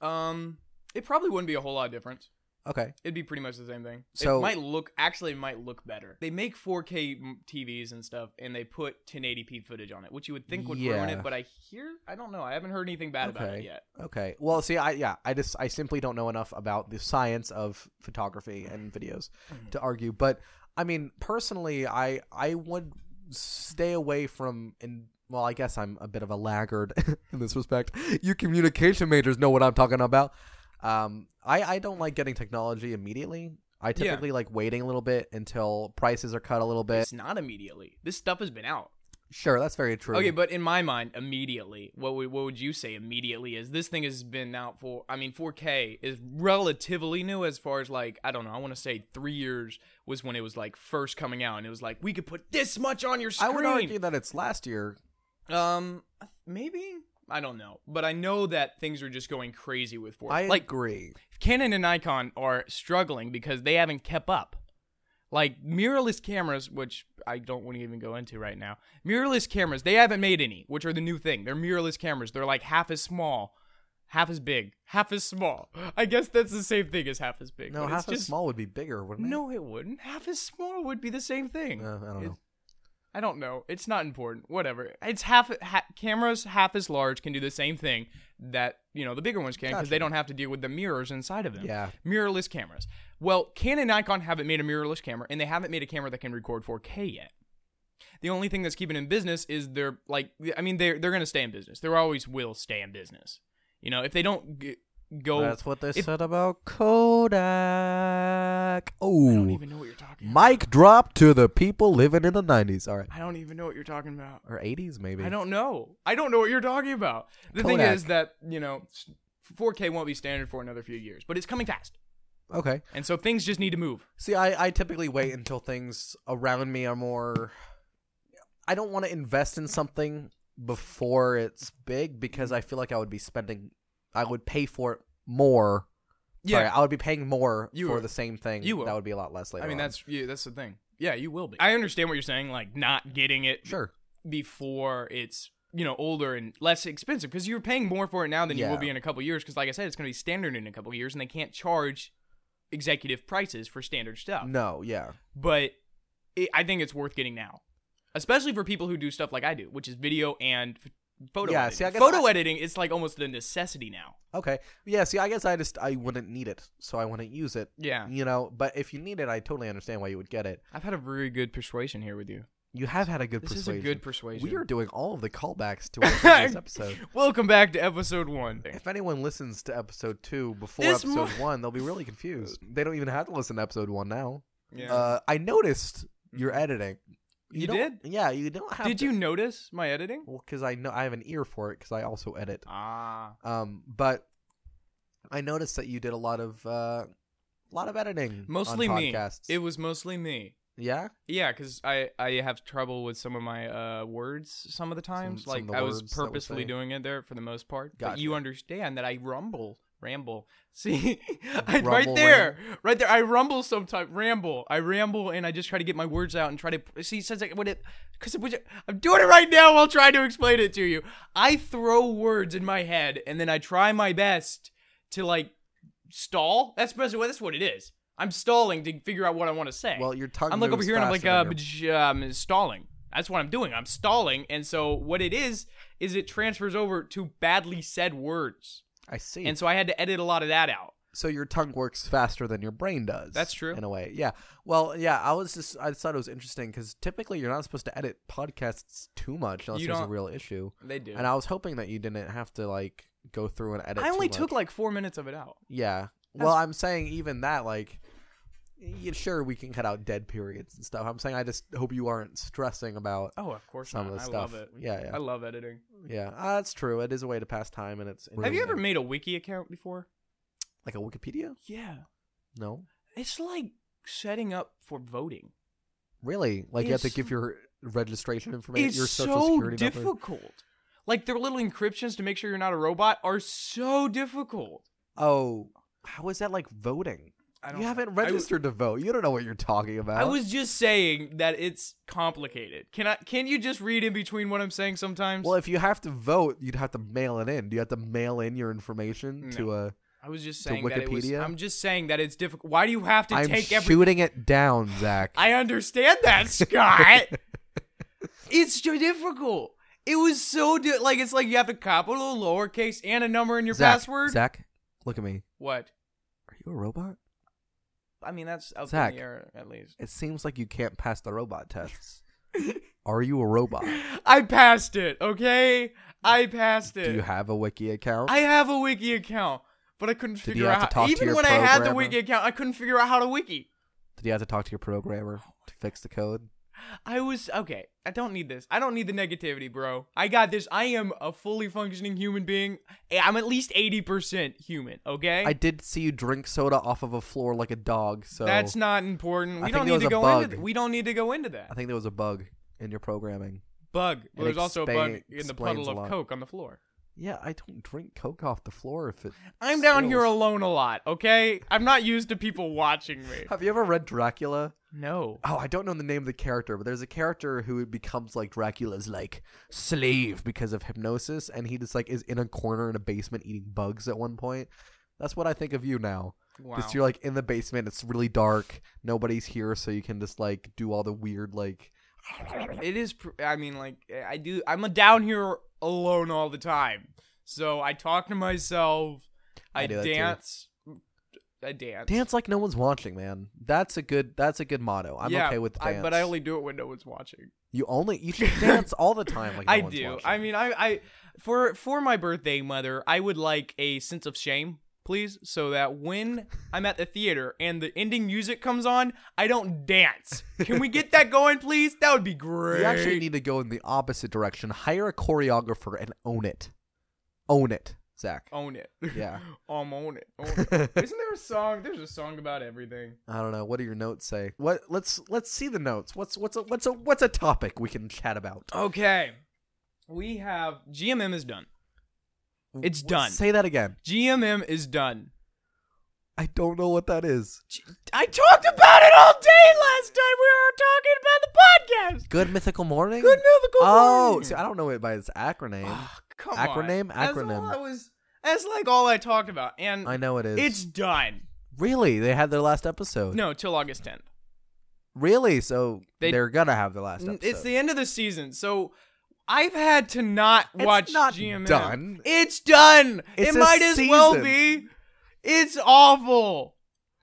um, it probably wouldn't be a whole lot different.
okay
It'd be pretty much the same thing.
So-
it might look actually it might look better. They make 4K m- TVs and stuff, and they put 1080p footage on it, which you would think would ruin
Yeah.
it. But I hear I don't know. I haven't heard anything bad about
Okay.
it yet.
okay well see I yeah I just I simply don't know enough about the science of photography and videos
Mm-hmm.
to argue but I mean personally I I would stay away from and well I guess I'm a bit of a laggard in this respect you communication majors know what I'm talking about um I I don't like getting technology immediately I
Yeah.
typically like waiting a little bit until prices are cut a little bit
It's not immediately. This stuff has been out.
sure that's very true
Okay, but in my mind, immediately, what would what would you say immediately is this thing has been out for? I mean, 4K is relatively new as far as like I don't know. I want to say three years was when it was like first coming out, and it was like we could put this much on your screen.
I would argue that it's last year
um, maybe I don't know, but I know that things are just going crazy with 4K.
I
like
agree
Canon and Nikon are struggling because they haven't kept up. Like mirrorless cameras, which I don't want to even go into right now. Mirrorless cameras, they haven't made any, which are the new thing. They're mirrorless cameras. They're like half as small, half as big, half as small. I guess that's the same thing as half as big.
no
but it's
half as
just-
small would be bigger wouldn't it?
No, it wouldn't. Half as small would be the same thing.
Uh, I don't know.
It- I don't know. It's not important. Whatever. It's half ha- cameras half as large can do the same thing that you know the bigger ones can because
Gotcha.
they don't have to deal with the mirrors inside of them.
Yeah.
Mirrorless cameras. Well, Canon and Nikon haven't made a mirrorless camera, and they haven't made a camera that can record 4K yet. The only thing that's keeping in business is they're like, I mean, they're they're gonna stay in business. They always will stay in business. You know, if they don't g- go,
That's what they
if-
said about Kodak.
I don't
Oh,
even know what you're talking. about.
mic drop to the people living in the '90s. All right,
I don't even know what you're talking about.
or '80s maybe.
I don't know. I don't know what you're talking about. The thing
Kodak.
is that, you know, s- 4K won't be standard for another few years, but it's coming fast.
Okay.
And so things just need to move.
See, I I typically wait until things around me are more. I don't want to invest in something before it's big because I feel like I would be spending. I would pay for it more.
Yeah.
Sorry, I would be paying more
You
for
will.
the same thing.
You will.
That would be a lot less later.
I mean,
on.
that's yeah, that's the thing. Yeah, you will be. I understand what you're saying like not getting it
sure.
before it's, you know, older and less expensive because you're paying more for it now than you will
Yeah.
be in a couple years because like I said it's going to be standard in a couple years and they can't charge executive prices for standard stuff.
No. Yeah.
but it, I think it's worth getting now, especially for people who do stuff like I do, which is video and f- photo.
Yeah,
editing.
see, I guess
photo
I-
editing is like almost a necessity now.
Okay. Yeah. See, I guess I just I wouldn't need it, so I wouldn't use it.
Yeah,
you know but if you need it i totally understand why you would get it
I've had a very good persuasion here with you.
you have had a good
This
persuasion
is a good persuasion.
we are doing all of the callbacks to our previous episode
Welcome back to episode one.
if anyone listens to episode two before
This mo-
episode one they'll be really confused they don't even have to listen to episode one now
Yeah. Mm-hmm.
uh, i noticed your editing
You
don't- yeah you don't have
Did
to-
you notice my editing?
well because i know i have an ear for it because i also edit
Ah,
um but i noticed that you did a lot of uh a lot of editing
mostly
on
me.
podcasts.
It was mostly me.
yeah
Yeah, because I, I have trouble with some of my uh, words some of the times.
some
like
of the
I was
words that we
purposefully
say.
doing it there for the most part. But you
Gotcha.
understand that I rumble, ramble. See, I,
Rumble,
right there, right there. I rumble sometimes, ramble. I ramble, and I just try to get my words out and try to see. Since like what it, because I'm doing it right now while trying to explain it to you. I throw words in my head, and then I try my best to like stall. That's basically that's what it is. I'm stalling to figure out what I want to say.
well your tongue
Eh. I'm like over
moves
here and I'm like,
faster
uh,
than your-
bj- um, stalling. That's what I'm doing. I'm stalling. And so what it is, is it transfers over to badly said words.
i see
And so I had to edit a lot of that out.
so your tongue works faster than your brain does.
That's true.
In a way, yeah. Well, yeah. I was just I just thought it was interesting because typically you're not supposed to edit podcasts too much unless
You
there's a
don't-
real issue.
They do.
And I was hoping that you didn't have to like go through and edit.
I only
too
took
much.
like four minutes of it out.
yeah. Well, I'm saying even that like Yeah, sure, we can cut out dead periods and stuff. I'm saying I just hope you aren't stressing about.
Oh, of course
Some
not.
of the
I
stuff.
love it.
Yeah, yeah.
I love editing.
Yeah, ah, that's true. It is a way to pass time, and it's.
Have you ever
entertaining.
made a wiki account before?
like a Wikipedia?
Yeah.
No,
It's like setting up for voting.
really. Like you have to
It's-
give your registration information,
it's
your social
so
security number.
difficult. Like their little encryptions to make sure you're not a robot are so difficult.
Oh, how is that like voting?
I don't
You
know.
haven't
I w-
registered to vote. You don't know what you're talking about.
I was just saying that it's complicated. Can I? Can you just read in between what I'm saying sometimes?
Well, if you have to vote, you'd have to mail it in. Do you have to mail in your information to a?
I was just
to
saying that it was.
Wikipedia?
I'm just saying that it's difficult. Why do you have to
I'm
take every?
shooting it down, Zach.
I understand that, Scott. it's so difficult. It was so di- like it's like you have a capital, lowercase, and a number in your
Zach,
password.
Zach, look at me.
What?
Are you a robot?
I mean, that's out
Zach.
in the air at least.
It seems like you can't pass the robot tests. Are you a robot?
I passed it. Okay, I passed it.
Do you have a wiki account?
I have a wiki account, but I couldn't
you
figure
have
out.
to talk to
even
your
when I had the
programmer?
wiki account, I couldn't figure out how to wiki.
Did you have to talk to your programmer to fix the code?
I was okay. I don't need this. I don't need the negativity, bro. I got this. I am a fully functioning human being. I'm at least eighty percent human. Okay,
I did see you drink soda off of a floor like a dog, so
that's not important.
I
We
think
don't
there was
need to
a
go into.
bug.
th- we don't need to go into
I
that
think there was a bug in your programming.
bug. Well,
It
there's also a bug
explain-
in the
explains
puddle
a
of
lot.
coke on the floor.
Yeah, I don't drink Coke off the floor if it
I'm down here
spills.
alone a lot. Okay, I'm not used to people watching me.
Have you ever read Dracula?
No.
Oh, I don't know the name of the character, but there's a character who becomes like Dracula's like slave because of hypnosis, and he just like is in a corner in a basement eating bugs at one point. That's what I think of you now.
Wow.
Just you're like in the basement, it's really dark, nobody's here, so you can just like do all the weird like
It is. Pr- I mean, like eh, I do. I'm a down here alone all the time, so I talk to myself. I,
I do that too.
dance. I dance.
dance like no one's watching, man. That's a good that's a good motto. I'm
yeah,
okay with the
I-
dance.
but I only do it when no one's watching.
you only you should dance all the time like no
I
one's
do.
watching.
I mean, I, I for for my birthday, mother, I would like a sense of shame, please, so that when I'm at the theater and the ending music comes on, I don't dance. Can we get that going, please? That would be great.
You actually need to go in the opposite direction. Hire a choreographer and own it. Own it, Zach.
own it.
Yeah.
I'm on it. Own it. Isn't there a song? There's a song about everything.
I don't know. What do your notes say? What? Let's let's see the notes. What's what's a what's a what's a topic we can chat about?
Okay. We have GMM is done. It's
What-
done.
Say that again.
GMM is done.
I don't know what that is.
G- I talked about it all day last time we were talking about the podcast.
Good mythical morning.
Good mythical
Oh,
morning.
see, I don't know it by its acronym.
Ah, come
Acronym?
on. That's all
Acronym.
I was that's like all I talked about. And
I know it is.
it's done.
really they had their last episode.
No, till August 10th.
Really, so
They-
they, are gonna have their last
N-
episode.
It's the end of the season, so I've had to not
It's
watch
not
GMM.
done.
It's done.
It's
it
a
might as well
season.
be. It's awful.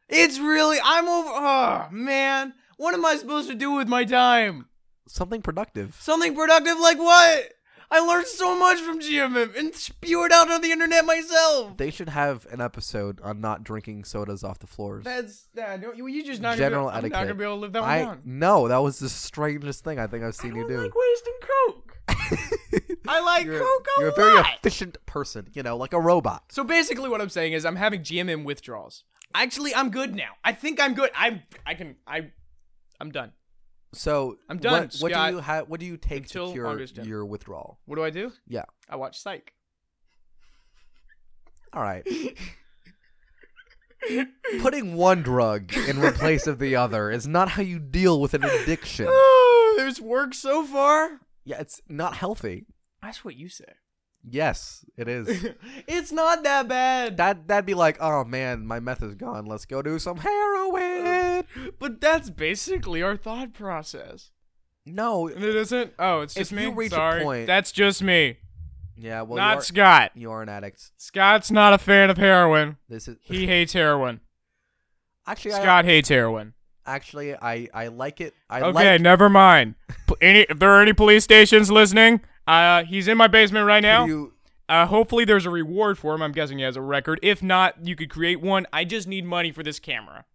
It's really. I'm over. Oh man, what am I supposed to do with my time?
something productive.
Something productive, like what? I learned so much from GMM and spew it out on the internet myself.
They should have an episode on not drinking sodas off the floors.
That's nah, don't, you. You just not
General
gonna, be- I'm
etiquette.
not gonna be able to live that one
I
down.
no, that was the strangest thing I think I've
I
seen you
don't
do.
like wasting coke. I like
you're,
coke a
you're a very
lot.
efficient person, you know, like a robot.
So basically, what I'm saying is I'm having GMM withdrawals. Actually, I'm good now. I think I'm good. I'm. I can. I. I'm done.
So
I'm done,
What, what
Scott.
do you have? What do you take
Until
to cure
August 10th.
your withdrawal?
What do I do?
Yeah.
I watch Psych.
All right. Putting one drug in place of the other is not how you deal with an addiction.
Oh, there's work so far.
Yeah, it's not healthy.
That's what you say.
Yes, it is.
It's not that bad.
That that'd be like, oh man, my meth is gone. Let's go do some heroin.
But that's basically our thought process.
No,
And it isn't. Oh, it's
If
just me.
you reach a
Sorry,
point-
that's just me.
yeah, well,
not
you, are,
Scott.
you are an addict.
Scott's not a fan of heroin.
This is
He hates heroin.
actually I-
Scott hates heroin.
Actually, I I like it. I
okay,
like
never mind. P- Any, if there are any police stations listening, uh, he's in my basement right now.
you.
uh, hopefully, there's a reward for him. I'm guessing he has a record. If not, you could create one. I just need money for this camera.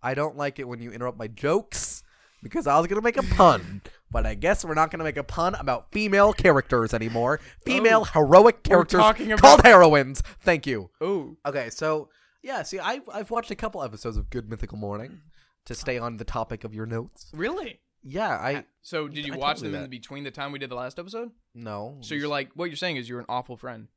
I don't like it when you interrupt my jokes because I was going to make a pun. But I guess we're not going to make a pun about female characters anymore. Female heroic characters
talking about-
called heroines. Thank you.
Oh,
Okay, so yeah, see, I, I've watched a couple episodes of Good Mythical Morning to stay on the topic of your notes.
really?
Yeah, I
So did you
I
watch
told you
them in
that.
the between the time we did the last episode?
no.
So you're like, what you're saying is you're an awful friend.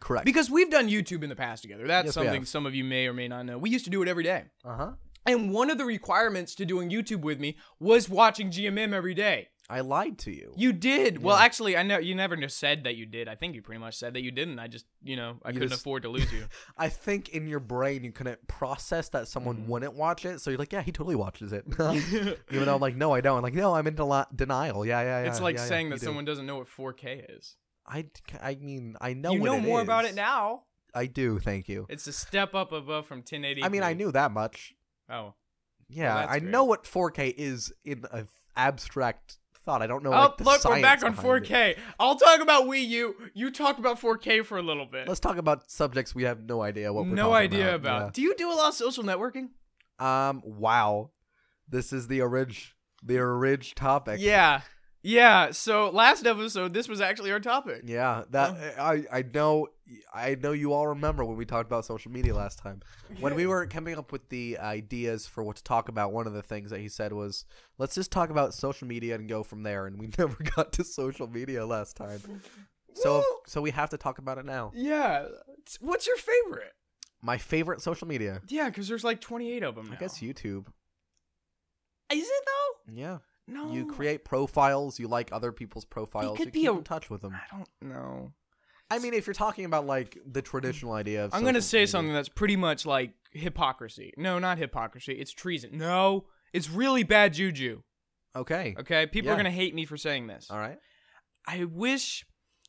correct.
Because we've done YouTube in the past together. That's
Yes, we
something
have.
some of you may or may not know. We used to do it every day.
uh huh.
And one of the requirements to doing YouTube with me was watching GMM every day.
I lied to you.
You did. Well, actually, I know you never just said that you did. I think you pretty much said that you didn't. I just, you know, I couldn't
just-
afford to lose you.
I think in your brain you couldn't process that someone wouldn't watch it, so you're like, yeah, he totally watches it. Even though I'm like, no, I don't. I'm like, no, I'm in deli- denial. Yeah, yeah, yeah.
it's like
yeah, yeah,
saying
you
that
do.
someone doesn't know what 4K is.
I, I mean, I know.
you
what
know more about it
is.
now.
I do. Thank you.
It's a step up above from 1080.
I mean, I knew that much.
Oh.
Yeah,
Well, that's
I
great.
know what 4K is in an abstract thought. I don't know.
Oh,
like, the
look, we're
science
back on
behind it.
4K. I'll talk about Wii U. You talk about 4K for a little bit.
Let's talk about subjects we have no idea what we're
no
talking
idea about.
about.
Do you do a lot of social networking?
Yeah. Um. Wow. This is the orig, the orig topic.
Yeah. Yeah. So last episode, this was actually our topic.
Yeah, that
Oh.
I I know I know you all remember when we talked about social media last time. When we were coming up with the ideas for what to talk about, one of the things that he said was, "Let's just talk about social media and go from there." And we never got to social media last time. So if-
Well-
so we have to talk about it now.
Yeah. What's your favorite?
My favorite social media,
Yeah, because there's like 28 of them.
I guess YouTube.
Is it though?
Yeah.
No.
You create profiles, you like other people's profiles,
Oh. could
you
be
keep
a-
in touch with them.
I don't know.
I mean, if you're talking about like the traditional idea of
I'm gonna
social
say
media-
something that's pretty much like hypocrisy. No, not hypocrisy. It's treason. No, it's really bad juju.
Okay.
Okay, people are
Yeah.
gonna hate me for saying this.
All right.
I wish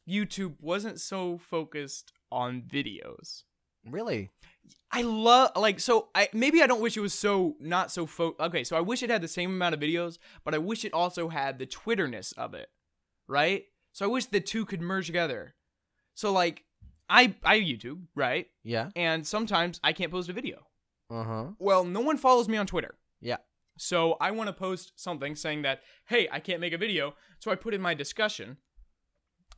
YouTube wasn't so focused on videos.
Really?
I love like so I maybe I don't wish it was so not so fo- okay, so I wish it had the same amount of videos, but I wish it also had the twitterness of it. Right? So I wish the two could merge together. So like I I YouTube, right?
Yeah.
And sometimes I can't post a video.
Uh huh.
Well, no one follows me on Twitter.
Yeah.
So I want to post something saying that, hey, I can't make a video. So I put in my discussion.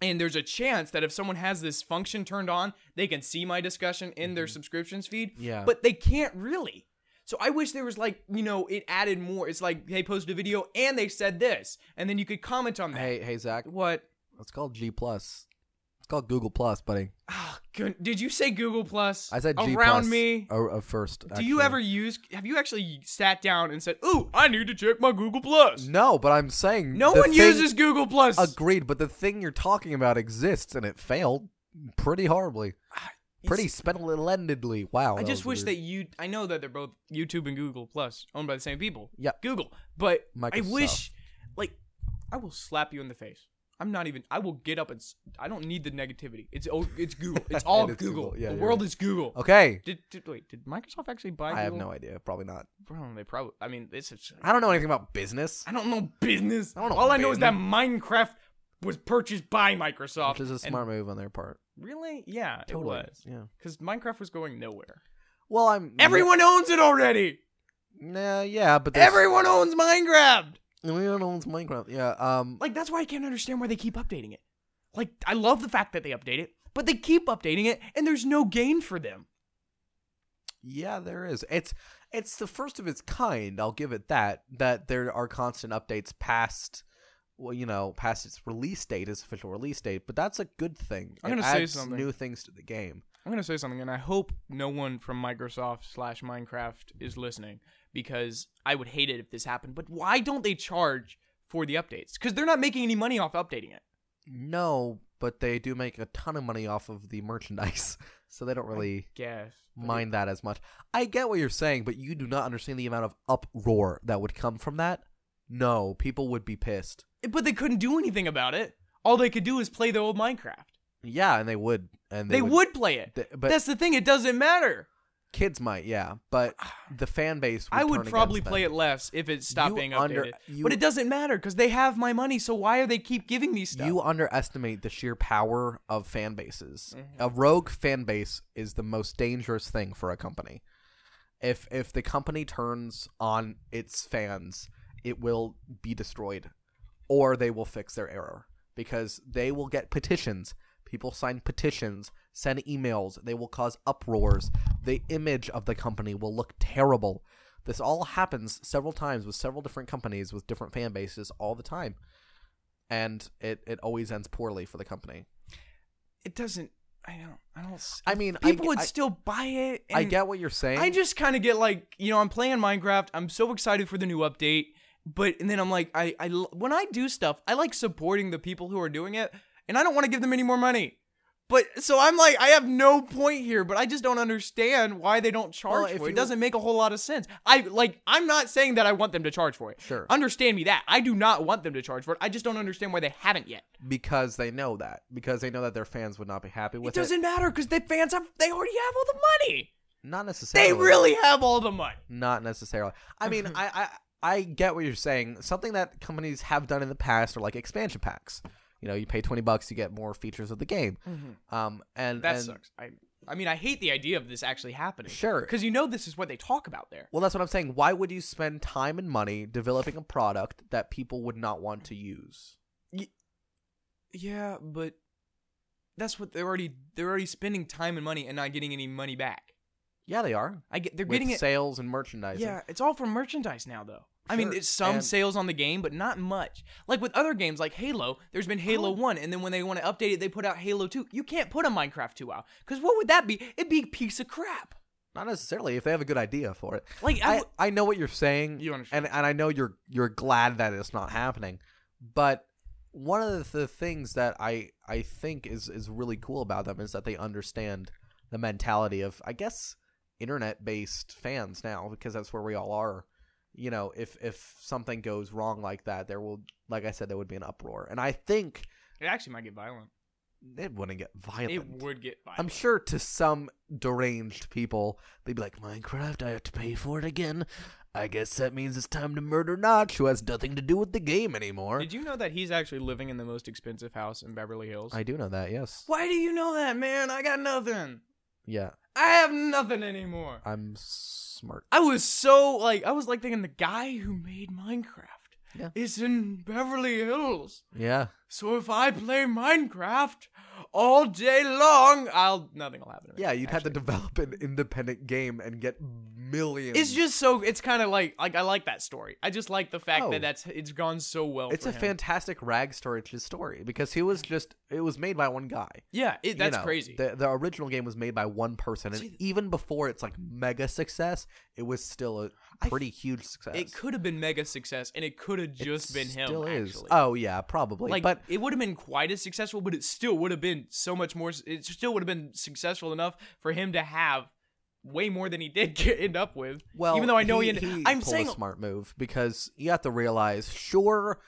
And there's a chance that if someone has this function turned on, they can see my discussion in their subscriptions feed.
Mm-hmm. Yeah.
But they can't really. So I wish there was like, you know, it added more. It's like they posted a video and they said this. And then you could comment on that.
Hey, hey, Zach.
What?
It's called G plus. It's called Google Plus, buddy.
Oh, good. Did you say Google Plus?
I said G
Around
plus
me.
a- a first.
Do you
actually.
ever use? Have you actually sat down and said, "Ooh, I need to check my Google Plus"?
No, but I'm saying
No
the
one
thing-
uses Google Plus.
Agreed, but the thing you're talking about exists, and it failed pretty horribly, pretty splendidly. Wow.
I
that
just
was
wish
weird.
that you. I know that they're both YouTube and Google Plus, owned by the same people.
Yeah.
Google, but I
Microsoft.
wish, like, I will slap you in the face. I'm not even. I will get up and. s- I don't need the negativity. It's oh, it's Google. It's all
And it's
Google.
Google. Yeah,
the
you're
world is Google.
Okay.
Did, did wait? Did Microsoft actually buy?
I have
Google?
no idea. Probably not.
Bro, they probably. I mean, this is.
I don't know anything about business.
I don't know business.
I don't know
All I know is that
business.
Minecraft was purchased by Microsoft.
Which is a
and-
smart move on their part.
really? Yeah,
Totally.
it was.
Yeah.
Because Minecraft was going nowhere.
Well, I'm
Everyone owns it already.
Nah, yeah, but there's-
Everyone owns Minecraft.
Everyone owns Minecraft. Yeah. Um.
Like that's why I can't understand why they keep updating it. Like I love the fact that they update it, but they keep updating it, and there's no gain for them.
Yeah, there is. It's it's the first of its kind. I'll give it that. That there are constant updates past, well, you know, past its release date, its official release date. But that's a good thing.
I'm
It
gonna say
adds
something.
New things to the game.
I'm gonna say something, and I hope no one from Microsoft slash Minecraft is listening because I would hate it if this happened. But why don't they charge for the updates? Because they're not making any money off updating it.
No, but they do make a ton of money off of the merchandise, so they don't really
Guess
mind that as much. I get what you're saying, but you do not understand the amount of uproar that would come from that. No, people would be pissed.
Eh, but they couldn't do anything about it. All they could do is play the old Minecraft.
Yeah, and they would. And
They,
they,
would, play it.
Th- but-
That's the thing. It doesn't matter.
Kids might, yeah, but the fan base. Would
I
turn
would
against
probably
them.
play it less if it stopped
You
being updated.
under- you-
but it doesn't matter because they have my money. So why are they keep giving me stuff?
You underestimate the sheer power of fan bases. A rogue fan base is the most dangerous thing for a company. If if the company turns on its fans, it will be destroyed, or they will fix their error because they will get petitions. People sign petitions, send emails. They will cause uproars. The image of the company will look terrible. This all happens several times with several different companies with different fan bases all the time, and it it always ends poorly for the company.
It doesn't. I don't. I don't. s-
I mean, I-
people would
I-
still buy it.
I
and-
get what you're saying.
I just kind of get like, you know, I'm playing Minecraft. I'm so excited for the new update, but and then I'm like, I, I l- when I do stuff, I like supporting the people who are doing it, and I don't want to give them any more money. But so I'm like, I have no point here. But I just don't understand why they don't charge
if
for it.
you-
It doesn't make a whole lot of sense. I like, I'm not saying that I want them to charge for it.
Sure.
understand me that I do not want them to charge for it. I just don't understand why they haven't yet.
because they know that because they know that their fans would not be happy
It
with it.
doesn't matter because the fans have they already have all the money.
Not necessarily.
They really have all the money.
not necessarily. I mean, I, I I get what you're saying. Something that companies have done in the past are like expansion packs. You know, you pay twenty bucks, you get more features of the game. Um, and
Mm-hmm. That
and-
sucks. I, I mean, I hate the idea of this actually happening.
Sure.
Because you know this is what they talk about there.
Well, that's what I'm saying. Why would you spend time and money developing a product that people would not want to use?
Yeah, but that's what they're already they're already spending time and money and not getting any money back.
Yeah, they are.
I get they're
With
getting it.
sales and merchandising.
Yeah, it's all for merchandise now, though. I mean,
Sure,
it's some
and-
sales on the game, but not much. Like with other games, like Halo, there's been Halo One, and then when they want to update it, they put out Halo Two. You can't put a Minecraft Two out because what would that be? It'd be a piece of crap.
Not necessarily if they have a good idea for it.
Like I
I,
w-
I know what you're saying.
You understand.
And and I know you're you're glad that it's not happening. But one of the things that I I think is is really cool about them is that they understand the mentality of I guess internet based fans now because that's where we all are. You know, if if something goes wrong like that, there will like I said there would be an uproar. And I think
it actually might get violent.
it wouldn't get violent.
It would get violent.
I'm sure to some deranged people, they'd be like, Minecraft, I have to pay for it again. I guess that means it's time to murder Notch, who has nothing to do with the game anymore.
Did you know that he's actually living in the most expensive house in Beverly Hills?
I do know that, yes.
Why do you know that, man? I got nothing.
Yeah,
I have nothing anymore.
I'm smart.
I was so like I was like thinking the guy who made Minecraft
Yeah.
is in Beverly Hills.
Yeah.
So if I play Minecraft all day long, I'll nothing will happen. To me,
Yeah, you'd have to
actually.
develop an independent game and get millions.
It's just so it's kind of like like I like that story. I just like the fact
Oh.
that that's it's gone so well.
It's
for
a
him.
fantastic rag storage story because he was just it was made by one guy.
yeah. It,
You
that's
know,
crazy.
The, the original game was made by one person, and
See-
even before its like mega success, it was still a
I-
pretty huge success.
It could have been mega success, and it could have just been him.
Still is.
actually.
Oh yeah, probably.
like
but
it would have been quite as successful but it still would have been so much more it still would have been successful enough for him to have way more than he did get, end up with
well,
even though i know he,
he,
ended,
he
i'm
pulled
saying
a smart move because you have to realize, sure,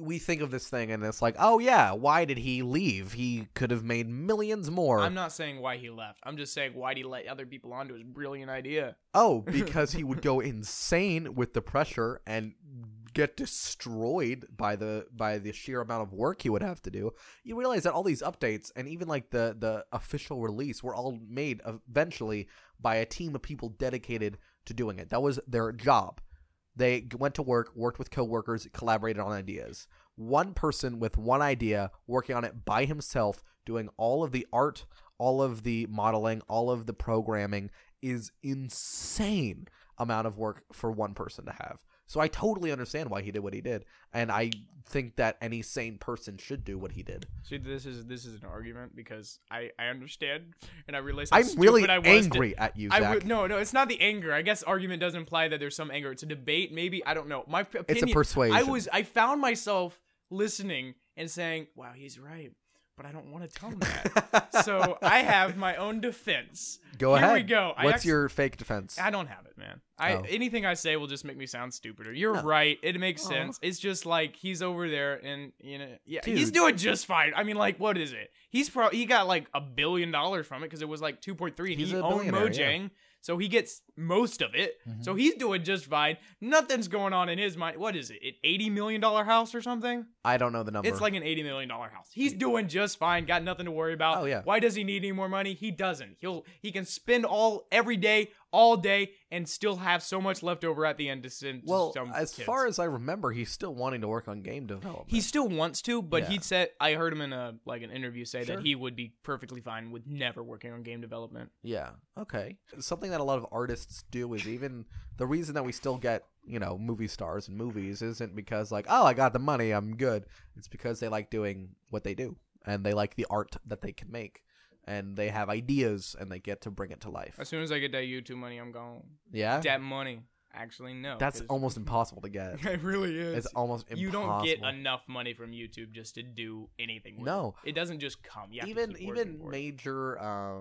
we think of this thing and it's like, oh yeah, why did he leave? He could have made millions more.
i'm not saying why he left i'm just saying why did he let other people onto his brilliant idea
oh, because he would go insane with the pressure and get destroyed by the by the sheer amount of work he would have to do. You realize that all these updates and even like the the official release were all made eventually by a team of people dedicated to doing it. That was their job. They g- went to work, worked with coworkers, collaborated on ideas. One person with one idea working on it by himself, doing all of the art, all of the modeling, all of the programming is insane amount of work for one person to have. So I totally understand why he did what he did, and I think that any sane person should do what he did.
see this is this is an argument because i i understand and i realize how
I'm
stupid
really
I was to-
angry at you,
I
Zach.
would no, no. It's not the anger. I guess argument does imply that there's some anger. It's a debate, maybe. I don't know. My p- opinion.
persuasion.
I was. I found myself listening and saying, "Wow, he's right," but I don't want to tell him that. so I have my own defense.
go
Here
ahead.
we go. I
What's
actu-
your fake defense?
I don't have it, man. I
Oh.
anything I say will just make me sound stupider. You're
No.
right. It makes
Aw.
sense. It's just like he's over there, and you know, yeah, he's
Dude.
doing just fine. I mean, like, what is it? He's probably he got like a billion dollars from it because it was like two point three, and
He's
he
a
owned
billionaire, yeah. Mm-hmm.
Mojang, so he gets most of it. So he's doing just fine. Nothing's going on in his mind. What is it? An eighty million dollar house or something?
I don't know the number.
It's like an eighty million dollar house. He's doing just fine. Got nothing to worry about.
Oh, yeah.
Why does he need any more money? He doesn't. He'll he can spend all every day all day and still have so much left over at the end to send to
Well,
some
as
kids.
far as I remember, he's still wanting to work on game development.
he still wants to, but he
Yeah.
said I heard him in a like an interview say
Sure.
that he would be perfectly fine with never working on game development.
Yeah. Okay. Something that a lot of artists do is even the reason that we still get, you know, movie stars and movies isn't because like, oh, I got the money, I'm good. It's because they like doing what they do and they like the art that they can make and they have ideas and they get to bring it to life.
As soon as I get that YouTube money, I'm gone.
yeah.
That money, actually no,
Uh. That's
'cause-
almost impossible to get.
it really is.
It's almost impossible.
you don't get enough money from YouTube just to do anything. With
No.
it. it doesn't just come. You have to
even
keep working
even
for it.
major uh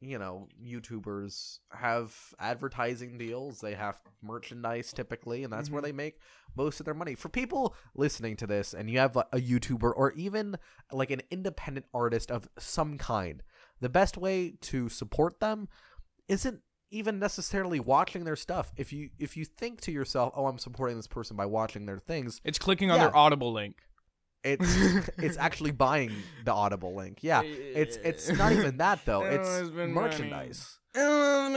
you know youtubers have advertising deals they have merchandise typically and that's where
Mhm.
they make most of their money for people listening to this and you have like, a youtuber or even like an independent artist of some kind the best way to support them isn't even necessarily watching their stuff if you if you think to yourself oh i'm supporting this person by watching their things
it's clicking on
Yeah.
their Audible link.
it's it's actually buying the audible link yeah it's it's not even that though.
Oh,
It's,
it's been
merchandise. So,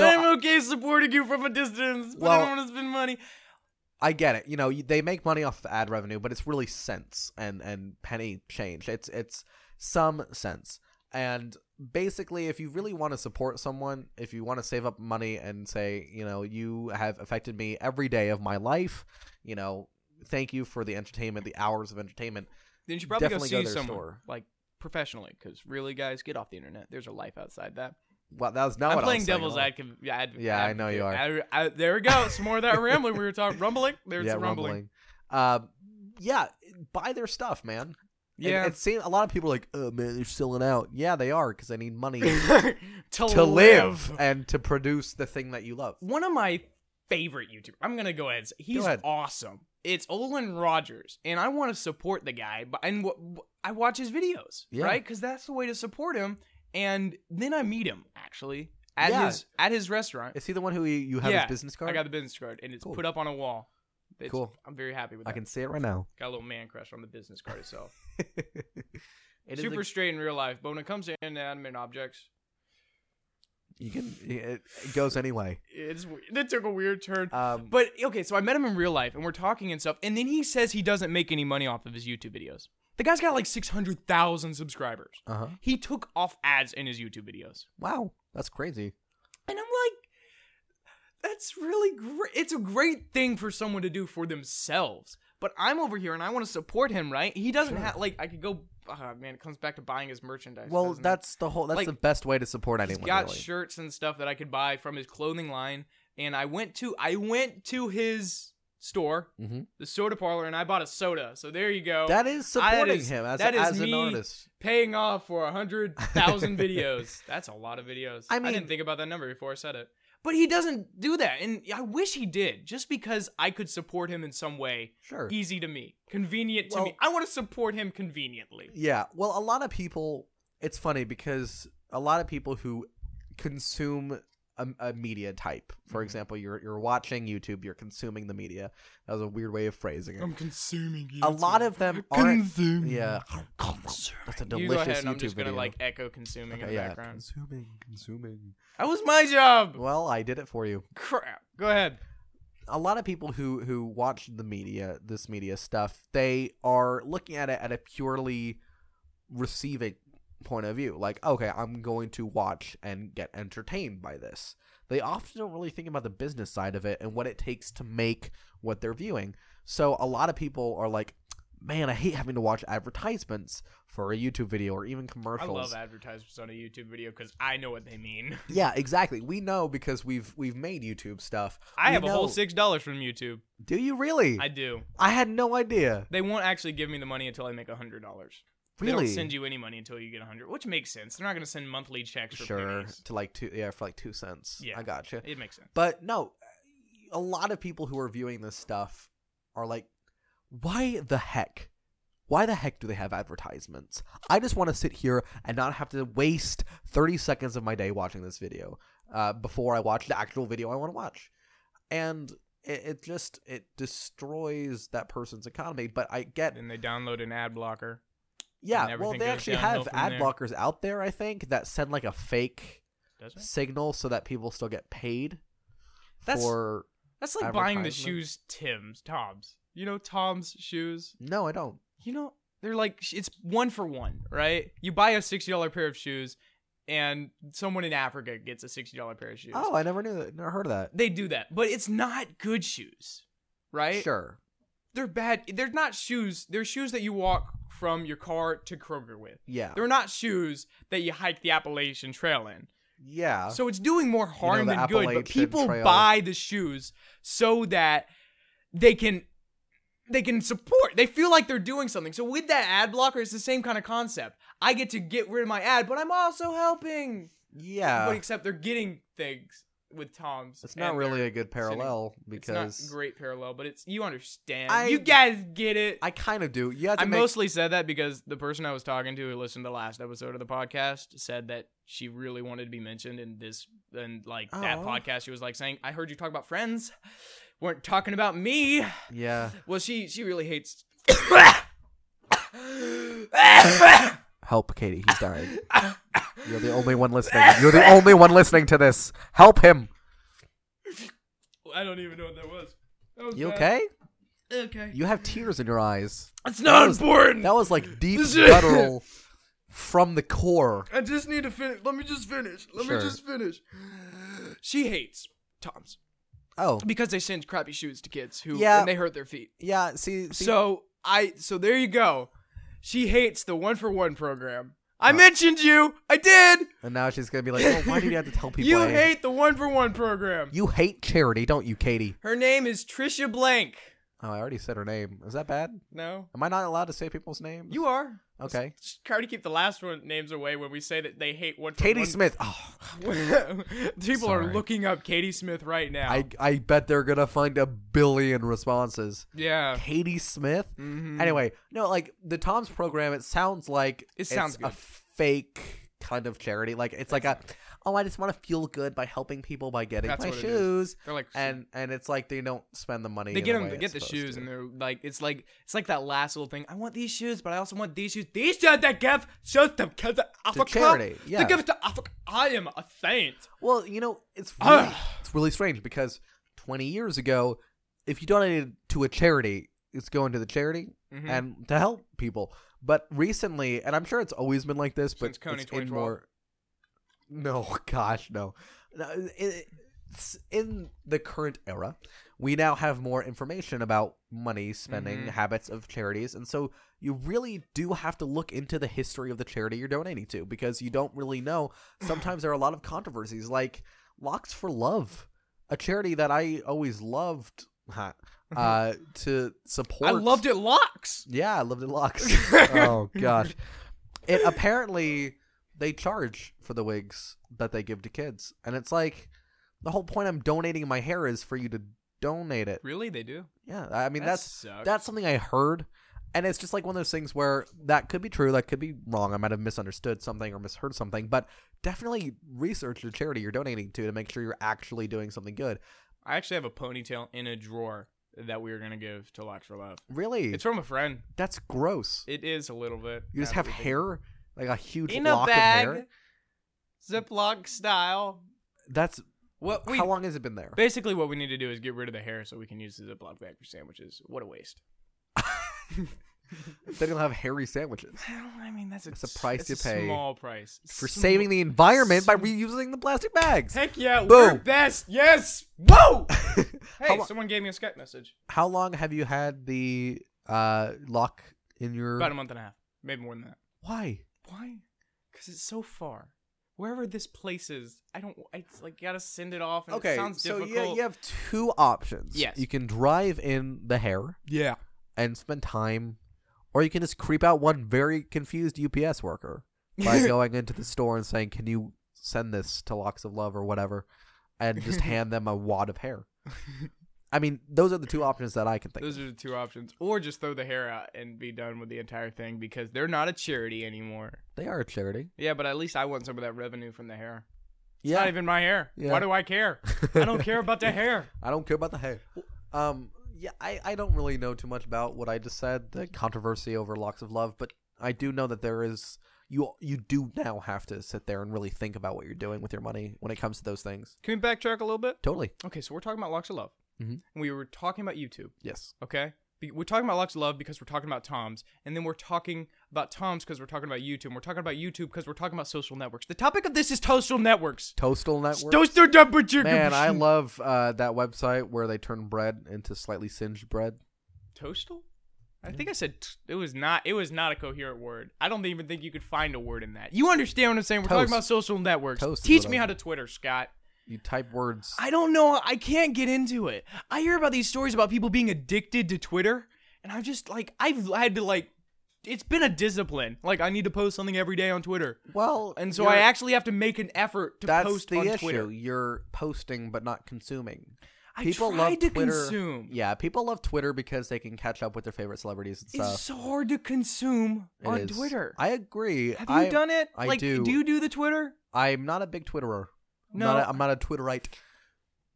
I'm okay supporting you from a distance, but I
Well-
don't want to spend money.
I get it. You know, you- they make money off of ad revenue, but it's really cents and and penny change. It's it's some cents. And basically, if you really want to support someone, if you want to save up money and say, you know, you have affected me every day of my life, you know, thank you for the entertainment, the hours of entertainment.
Then you should probably
Definitely go
go see
to their
someone
store.
like professionally, because really, guys, get off the internet. There's a life outside that.
Well, that was not
I'm
what I
playing
was saying at
devil's
all.
advocate.
Yeah, I know you are.
I, I, there we go. Some more of that rambling we were talking. Rumbling. There's
yeah,
the rumbling.
rumbling. Uh, yeah, buy their stuff, man.
Yeah.
And it seems a lot of people are like, oh man, they're selling out. Yeah, they are because they need money
to,
to live and to produce the thing that you love.
One of my favorite YouTubers. I'm gonna go ahead. and say- He's
ahead.
awesome. It's Olin Rogers, and I want to support the guy. But and w- I watch his videos,
Yeah.
right? Because that's the way to support him. And then I meet him actually at
Yeah.
his at his restaurant.
Is he the one who you, you have
Yeah,
his business card?
I got the business card, and it's
Cool.
put up on a wall. It's-
Cool.
I'm very happy with that.
I can see it right now.
got a little man crush on the business card itself.
It is
Super
like-
straight in real life, but when it comes to inanimate objects,
you can. It, it goes anyway.
it's it took a weird turn.
Um,
But okay, so I met him in real life and we're talking and stuff, and then he says he doesn't make any money off of his YouTube videos. The guy's got like 600,000 subscribers.
uh huh.
He took off ads in his YouTube videos.
Wow, that's crazy.
And I'm like, that's really great. It's a great thing for someone to do for themselves. But I'm over here and I want to support him, right? He doesn't
Sure.
have, like, I could go, ah, man, it comes back to buying his merchandise.
Well,
doesn't it?
that's the whole. That's
Like,
the best way to support
He's
anyone.
got
really.
shirts and stuff that I could buy from his clothing line. And I went to I went to his store,
Mhm.
the soda parlor, and I bought a soda. So there you go,
That is supporting
is-
him as,
that is
as an
me.
artist.
paying off for a hundred thousand videos. That's a lot of videos.
I
I
mean-
didn't think about that number before I said it. But he doesn't do that, and I wish he did. Just because I could support him in some way,
Sure.
easy to me, convenient to
Well-
me. I want to support him conveniently.
Yeah. Well, a lot of people. It's funny because a lot of people who consume a, a media type, for
Mm-hmm.
example, you're you're watching YouTube, you're consuming the media. That was a weird way of phrasing it.
I'm consuming you.
A lot of them aren't.
consuming.
Yeah. That's a delicious
you go ahead, and
YouTube
I'm just gonna
video.
like echo consuming in
Okay,
the
yeah.
background.
Consuming, consuming.
That was my job.
Well, I did it for you.
Crap. Go ahead.
a lot of people who who watch the media this media stuff they are looking at it at a purely receiving point of view like okay i'm going to watch and get entertained by this they often don't really think about the business side of it and what it takes to make what they're viewing so a lot of people are like man i hate having to watch advertisements for a youtube video or even
I
commercials
love advertisements on a YouTube video because I know what they mean.
yeah exactly we know because we've we've made youtube stuff
I
We
have a whole
know-
six dollars from YouTube.
do you really
I do.
I had no idea
They won't actually give me the money until I make a hundred dollars.
really
They don't send you any money until you get a hundred, which makes sense. They're not gonna send monthly checks for
sure
pennies.
to like two yeah for like two cents
Yeah.
i gotcha
It makes sense.
but no a lot of people who are viewing this stuff are like why the heck why the heck do they have advertisements i just want to sit here and not have to waste 30 seconds of my day watching this video uh, before i watch the actual video i want to watch and it, it just it destroys that person's economy but i get
Then they download an ad blocker.
yeah
and
well
everything
they
goes
actually
downhill
have
from
ad
there.
blockers out there i think that send like a fake
Does it?
signal so that people still get paid
That's-
for
That's like buying the
Advertisement.
shoes Tim's, Tom's. You know Tom's shoes?
no i don't
You know, they're like it's one for one, right? You buy a $60 pair of shoes and someone in Africa gets a $60 pair of shoes.
oh i never knew that never heard of that
They do that, but it's not good shoes, right?
sure
They're bad. They're not shoes. They're shoes that you walk from your car to Kroger with.
yeah
They're not shoes that you hike the Appalachian Trail in.
yeah
So it's doing more harm
the
than good. But
Appalachian
people
Trail.
buy the shoes so that they can they can support. They feel like they're doing something. So with that ad blocker, it's the same kind of concept. I get to get rid of my ad, but I'm also helping. but
yeah
except they're getting things with Tom's.
it's not
and
really
they're-
a good parallel
it's
because
not great parallel, but it's you understand.
I-
you guys get it.
i kind of do you have to
I
make
mostly said that because the person I was talking to who listened to the last episode of the podcast said that she really wanted to be mentioned in this and like that
Oh.
podcast. She was like saying, "I heard you talk about friends, weren't talking about me."
yeah
Well, she she really hates.
help katie he's dying you're the only one listening you're the only one listening to this help him
I don't even know what that was. That was
you
bad.
okay
Okay.
you have tears in your eyes
It's not
was-
important.
that was like deep
This is-
guttural from the core
I just need to finish. Let me just finish. Let
Sure.
me just finish. She hates Tom's
oh
because they send crappy shoes to kids who
Yeah.
and they hurt their feet.
yeah see, see
So I so there you go. She hates the one for one program. I
Uh,
mentioned you. I did.
And now she's gonna be like, "Oh, why do you have to tell people?
You
I-
hate the one for one program.
you hate charity, don't you, Katie?"
Her name is Trisha Blank.
Oh, I already said her name. Is that bad?
No,
Am I not allowed to say people's names?
you are.
okay?
Just try to keep the last one names away when we say that they hate one.
Katie Smith. Oh,
People are
Sorry.
looking up Katie Smith right now.
I I bet they're gonna find a billion responses.
yeah.
Katie Smith.
Mhm.
Anyway, no, like the Tom's program. It sounds like
It sounds
it's
good.
a fake kind of charity. Like it's like a, oh, I just want to feel good by helping people by getting
That's
my
what it is.
shoes.
They're like
And and it's like they don't spend the money.
They
in
get
the
them.
way
They
it's
get the
supposed
shoes,
to.
and they're like, it's like it's like that last little thing. I want these shoes, but I also want these shoes. These shoes that give shoes to kids in Africa.
charity, yeah.
They give it to Africa. I am a saint.
Well, you know, it's really,
Ugh.
it's really strange because 20 years ago, if you donated to a charity, it's going to the charity
Mhm.
and to help people. But recently, and I'm sure it's always been like this, but
Since Coney
it's in
2012?
more. No, gosh, no. No, it- it's in the current era, we now have more information about money spending
Mhm.
habits of charities, and so you really do have to look into the history of the charity you're donating to because you don't really know. Sometimes there are a lot of controversies, like Locks for Love, a charity that I always loved huh, uh, to support.
I loved it. Locks.
Yeah, I loved it. Locks. oh gosh, it apparently they charge for the wigs that they give to kids, and it's like the whole point. I'm donating my hair is for you to donate it.
Really, they do.
Yeah, I mean
That
that's
sucks.
that's something I heard, and it's just like one of those things where that could be true, that could be wrong. I might have misunderstood something or misheard something, but definitely research the charity you're donating to to make sure you're actually doing something good.
I actually have a ponytail in a drawer that we were gonna give to Locks for Love.
Really,
It's from a friend.
that's gross.
It is a little bit.
You just
now
have
that we think
hair, like a huge
in a
lock
bag,
of hair.
Ziploc style.
That's
What we
how long has it been there?
Basically, what we need to do is get rid of the hair so we can use the Ziploc bag for sandwiches. What a waste.
Then you'll have hairy sandwiches
I don't- I mean, that's a,
That's the price
it's
you
a
pay
small price
for
Sm-
saving the environment by
sm-
reusing the plastic bags.
Heck yeah, we're
Boom.
best. Yes. Whoa.
how,
Hey,
lo-
someone gave me a Skype message
how long have you had the uh, lock in your?
about a month and a half, maybe more than that.
Why?
Why? Because it's so far. Wherever this place is, I don't. It's like gotta send it off, and it
Okay,
sounds
so
difficult.
you, you have two options.
Yes.
You can drive in the hair
yeah.
and spend time, or you can just creep out one very confused UPS worker by going into the store and saying, Can you send this to Locks of Love or whatever? And just hand them a wad of hair. I mean, those are the two options that I can think
Those
of.
are the two options, or just throw the hair out and be done with the entire thing because they're not a charity anymore.
They are a charity.
Yeah, but at least I want some of that revenue from the hair. It's
yeah.
not even my hair.
Yeah.
Why do I care? I don't care about the hair.
I don't care about the hair. Um, yeah, I, I don't really know too much about what I just said, the controversy over Locks of Love, but I do know that there is. you you do now have to sit there and really think about what you're doing with your money when it comes to those things.
Can we backtrack a little bit?
Totally.
Okay, so we're talking about Locks of Love.
Mhm.
And we were talking about YouTube,
Yes.
okay? Be- We're talking about Locks of Love because we're talking about Toms, and then we're talking about Toms because we're talking about YouTube, and we're talking about YouTube because we're talking about social networks. The topic of this is social networks.
Toastal network.
Toaster temperature.
Man, I love uh, that website where they turn bread into slightly singed bread.
Toastal? I think I said t- it was not. It was not a coherent word. I don't even think you could find a word in that. You understand what I'm saying? We're
Toast.
talking about social networks.
Toast is
Teach
what
me
I-
how to Twitter, Scott.
You type words.
I don't know. I can't get into it. I hear about these stories about people being addicted to Twitter, and I'm just like, I've had to like, it's been a discipline. Like, I need to post something every day on Twitter,
well,
and so
you're-
I actually have to make an effort to
that's
post
the
on
issue.
Twitter.
You're posting but not consuming.
I
People
tried
love
to
Twitter.
consume.
Yeah, people love Twitter because they can catch up with their favorite celebrities and
It's
stuff.
so hard to consume
It
on
is.
Twitter.
I agree.
have you
I,
done it?
I
like,
do.
you do the Twitter?
I'm not a big Twitterer. I'm
No.
not a, I'm not a Twitterite.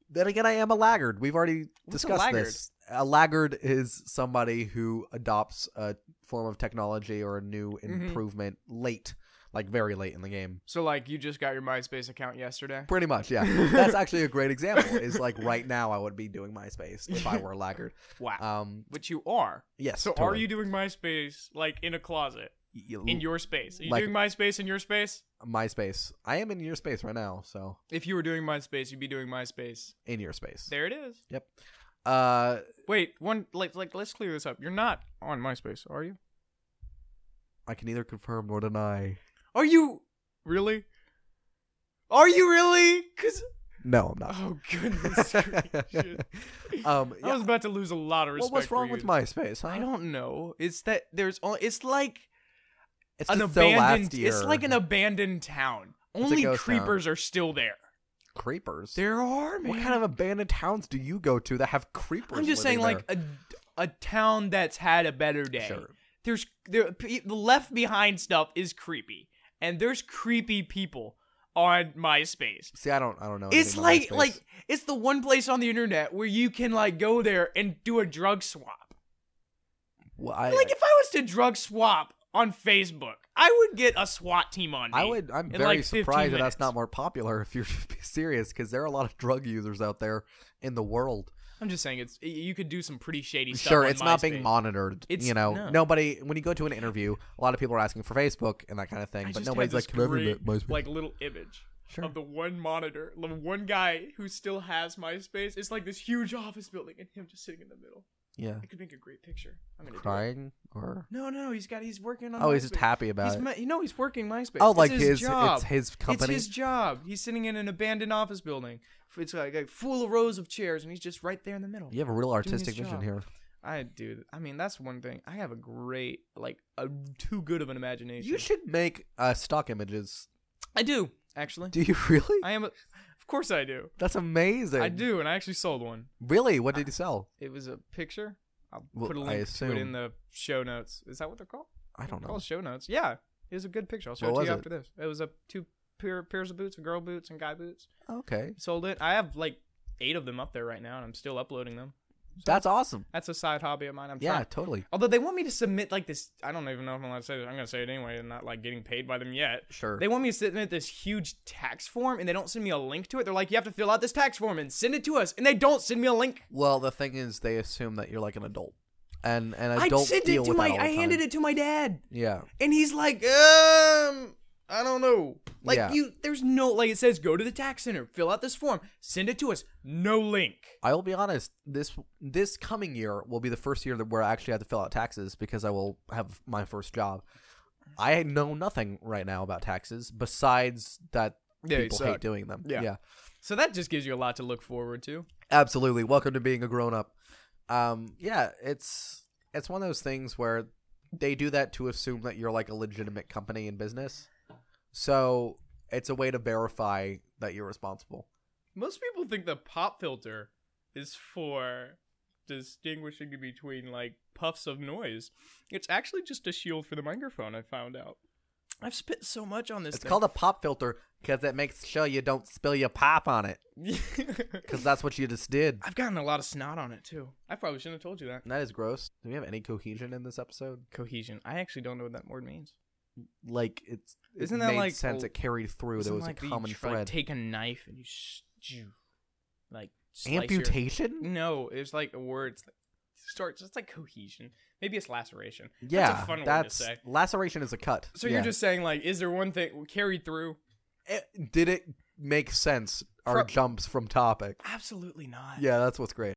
Then again, I am a laggard. We've already
What's a
discussed
laggard?
this. A laggard is somebody who adopts a form of technology or a new
Mhm.
improvement late, like very late in the game.
So like, you just got your MySpace account yesterday.
Pretty much, yeah. That's actually a great example. Is like right now, I would be doing MySpace if I were a laggard.
Wow.
Um,
Which you are.
yes.
So are
totally.
you doing MySpace like in a closet
You-
in your space? Are you
Like-
doing MySpace in your space?
MySpace? I am in your space right now, so
If you were doing MySpace, you'd be doing MySpace.
in your space.
There it is.
Uh,
Wait, one like like let's clear this up. You're not on MySpace, are you?
I can neither confirm nor deny.
Are you really? Are you really? Cause
No, I'm not.
oh goodness, gracious.
um,
I
yeah.
was about to lose a lot of
Well,
respect.
what's
for
wrong
you.
with MySpace? Huh?
I don't know. It's that there's only. It's like
It's
an
just so
abandoned.
last year.
It's like an abandoned town.
a
Only
ghost town.
creepers are still there.
creepers.
There are man.
what kind of abandoned towns do you go to that have creepers?
I'm just saying,
living
like
there?
a, a town that's had a better day.
Sure.
There's there pe- the left behind stuff is creepy, and there's creepy people on MySpace.
See, I don't, I don't Oh, know.
It's
anything about
like
MySpace.
like it's the one place on the internet where you can like go there and do a drug swap.
Well, I,
Like if I was to drug swap on Facebook, I would get a SWAT team on me.
I would. I'm
in,
very
like, 15
surprised that
minutes.
that's not more popular. If you're to be serious, because there are a lot of drug users out there in the world.
I'm just saying it's you could do some pretty shady stuff.
Sure,
on
it's not being
MySpace.
monitored.
It's-
you know,
no.
nobody. When you go to an interview, a lot of people are asking for Facebook and that kind of thing,
I
but
just
nobody's
had
like,
this
"Can I have your
great,
MySpace?"
like little image
Sure.
of the one monitor, the one guy who still has MySpace. It's like this huge office building, and him just sitting in the middle.
yeah,
I could make a great picture. I'm gonna do it.
crying or
No, no, he's got. He's working on.
oh, he's just
MySpace.
happy about
He's
it.
ma- you know he's working MySpace.
oh,
It's
like
his, job.
it's his company.
It's his job. He's sitting in an abandoned office building. It's like, like full of rows of chairs, and he's just right there in the middle.
you have a real
his
artistic vision
job.
here.
I do. I mean, that's one thing. I have a great, like, a too good of an imagination.
You should make uh, stock images.
I do actually.
Do you really?
I am. A, of course, I do.
That's amazing.
I do, and I actually sold one.
Really? What did you sell?
It was a picture. I'll
Well,
put a
I
link to it in
assume-
the show notes. Is that what they're called?
I don't
They're
know.
Called show notes. Yeah, it was a good picture. I'll show
What
it to you
was
after this. It was a two pair, pairs of boots, and girl boots and guy boots.
Okay,
Sold it. I have like eight of them up there right now, and I'm still uploading them.
that's awesome.
That's a side hobby of mine. I'm
Yeah,
trying.
totally.
Although they want me to submit like this, I don't even know if I'm allowed to say this. I'm gonna say it anyway, and not like getting paid by them yet.
Sure.
They want me to submit this huge tax form, and they don't send me a link to it. They're like, you have to fill out this tax form and send it to us, and they don't send me a link.
Well, the thing is, they assume that you're like an adult, and and
I
adults
sent
deal
it to
with
my.
that all the
I handed
time.
it to my dad,
Yeah.
and he's like, um, I don't know. Like
Yeah.
you, there's no like it says go to the tax center, fill out this form, send it to us. No link.
I will be honest. This this coming year will be the first year that where I actually have to fill out taxes because I will have my first job. I know nothing right now about taxes besides that
Yeah, they
people
suck.
hate doing them.
Yeah.
yeah,
So that just gives you a lot to look forward to.
absolutely. Welcome to being a grown up. Um, yeah, it's it's one of those things where they do that to assume that you're like a legitimate company in business. So it's a way to verify that you're responsible.
Most people think the pop filter is for distinguishing between like puffs of noise. It's actually just a shield for the microphone. I found out. I've spit so much on this.
It's called a pop filter because it makes sure you don't spill your pop on it
called.
because that's what you just did.
I've gotten a lot of snot on it too. I probably shouldn't have told you that.
That is gross. Do we have any cohesion in this episode?
Cohesion. I actually don't know what that word means.
like it's it
Isn't that
made
like
sense?
old-
it carried through. There
Isn't
was
like
a
the
common
tr- Like,
thread.
take a knife and you, s- you like slice your- Mm.
Amputation?
No, it's like a word. It's like, starts. It's like cohesion. Maybe it's laceration.
Yeah,
that's a fun
that's
word to say.
laceration is a cut.
So
Yeah.
you're just saying like, is there one thing carried through?
It- did it make sense? Our
Pro-
jumps from topic.
Absolutely not.
Yeah, that's what's great.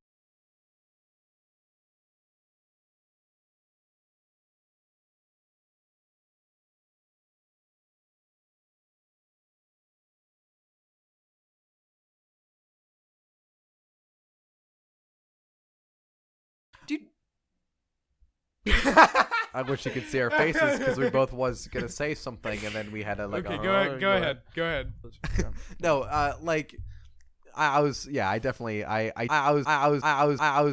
Dude.
I wish you could see our faces because we both was gonna say something and then we had a like.
okay,
a-
go ahead. Go ahead. Go ahead.
No, uh, like I, I was. Yeah, I definitely. I. I, I was. I, I was. I was. I was.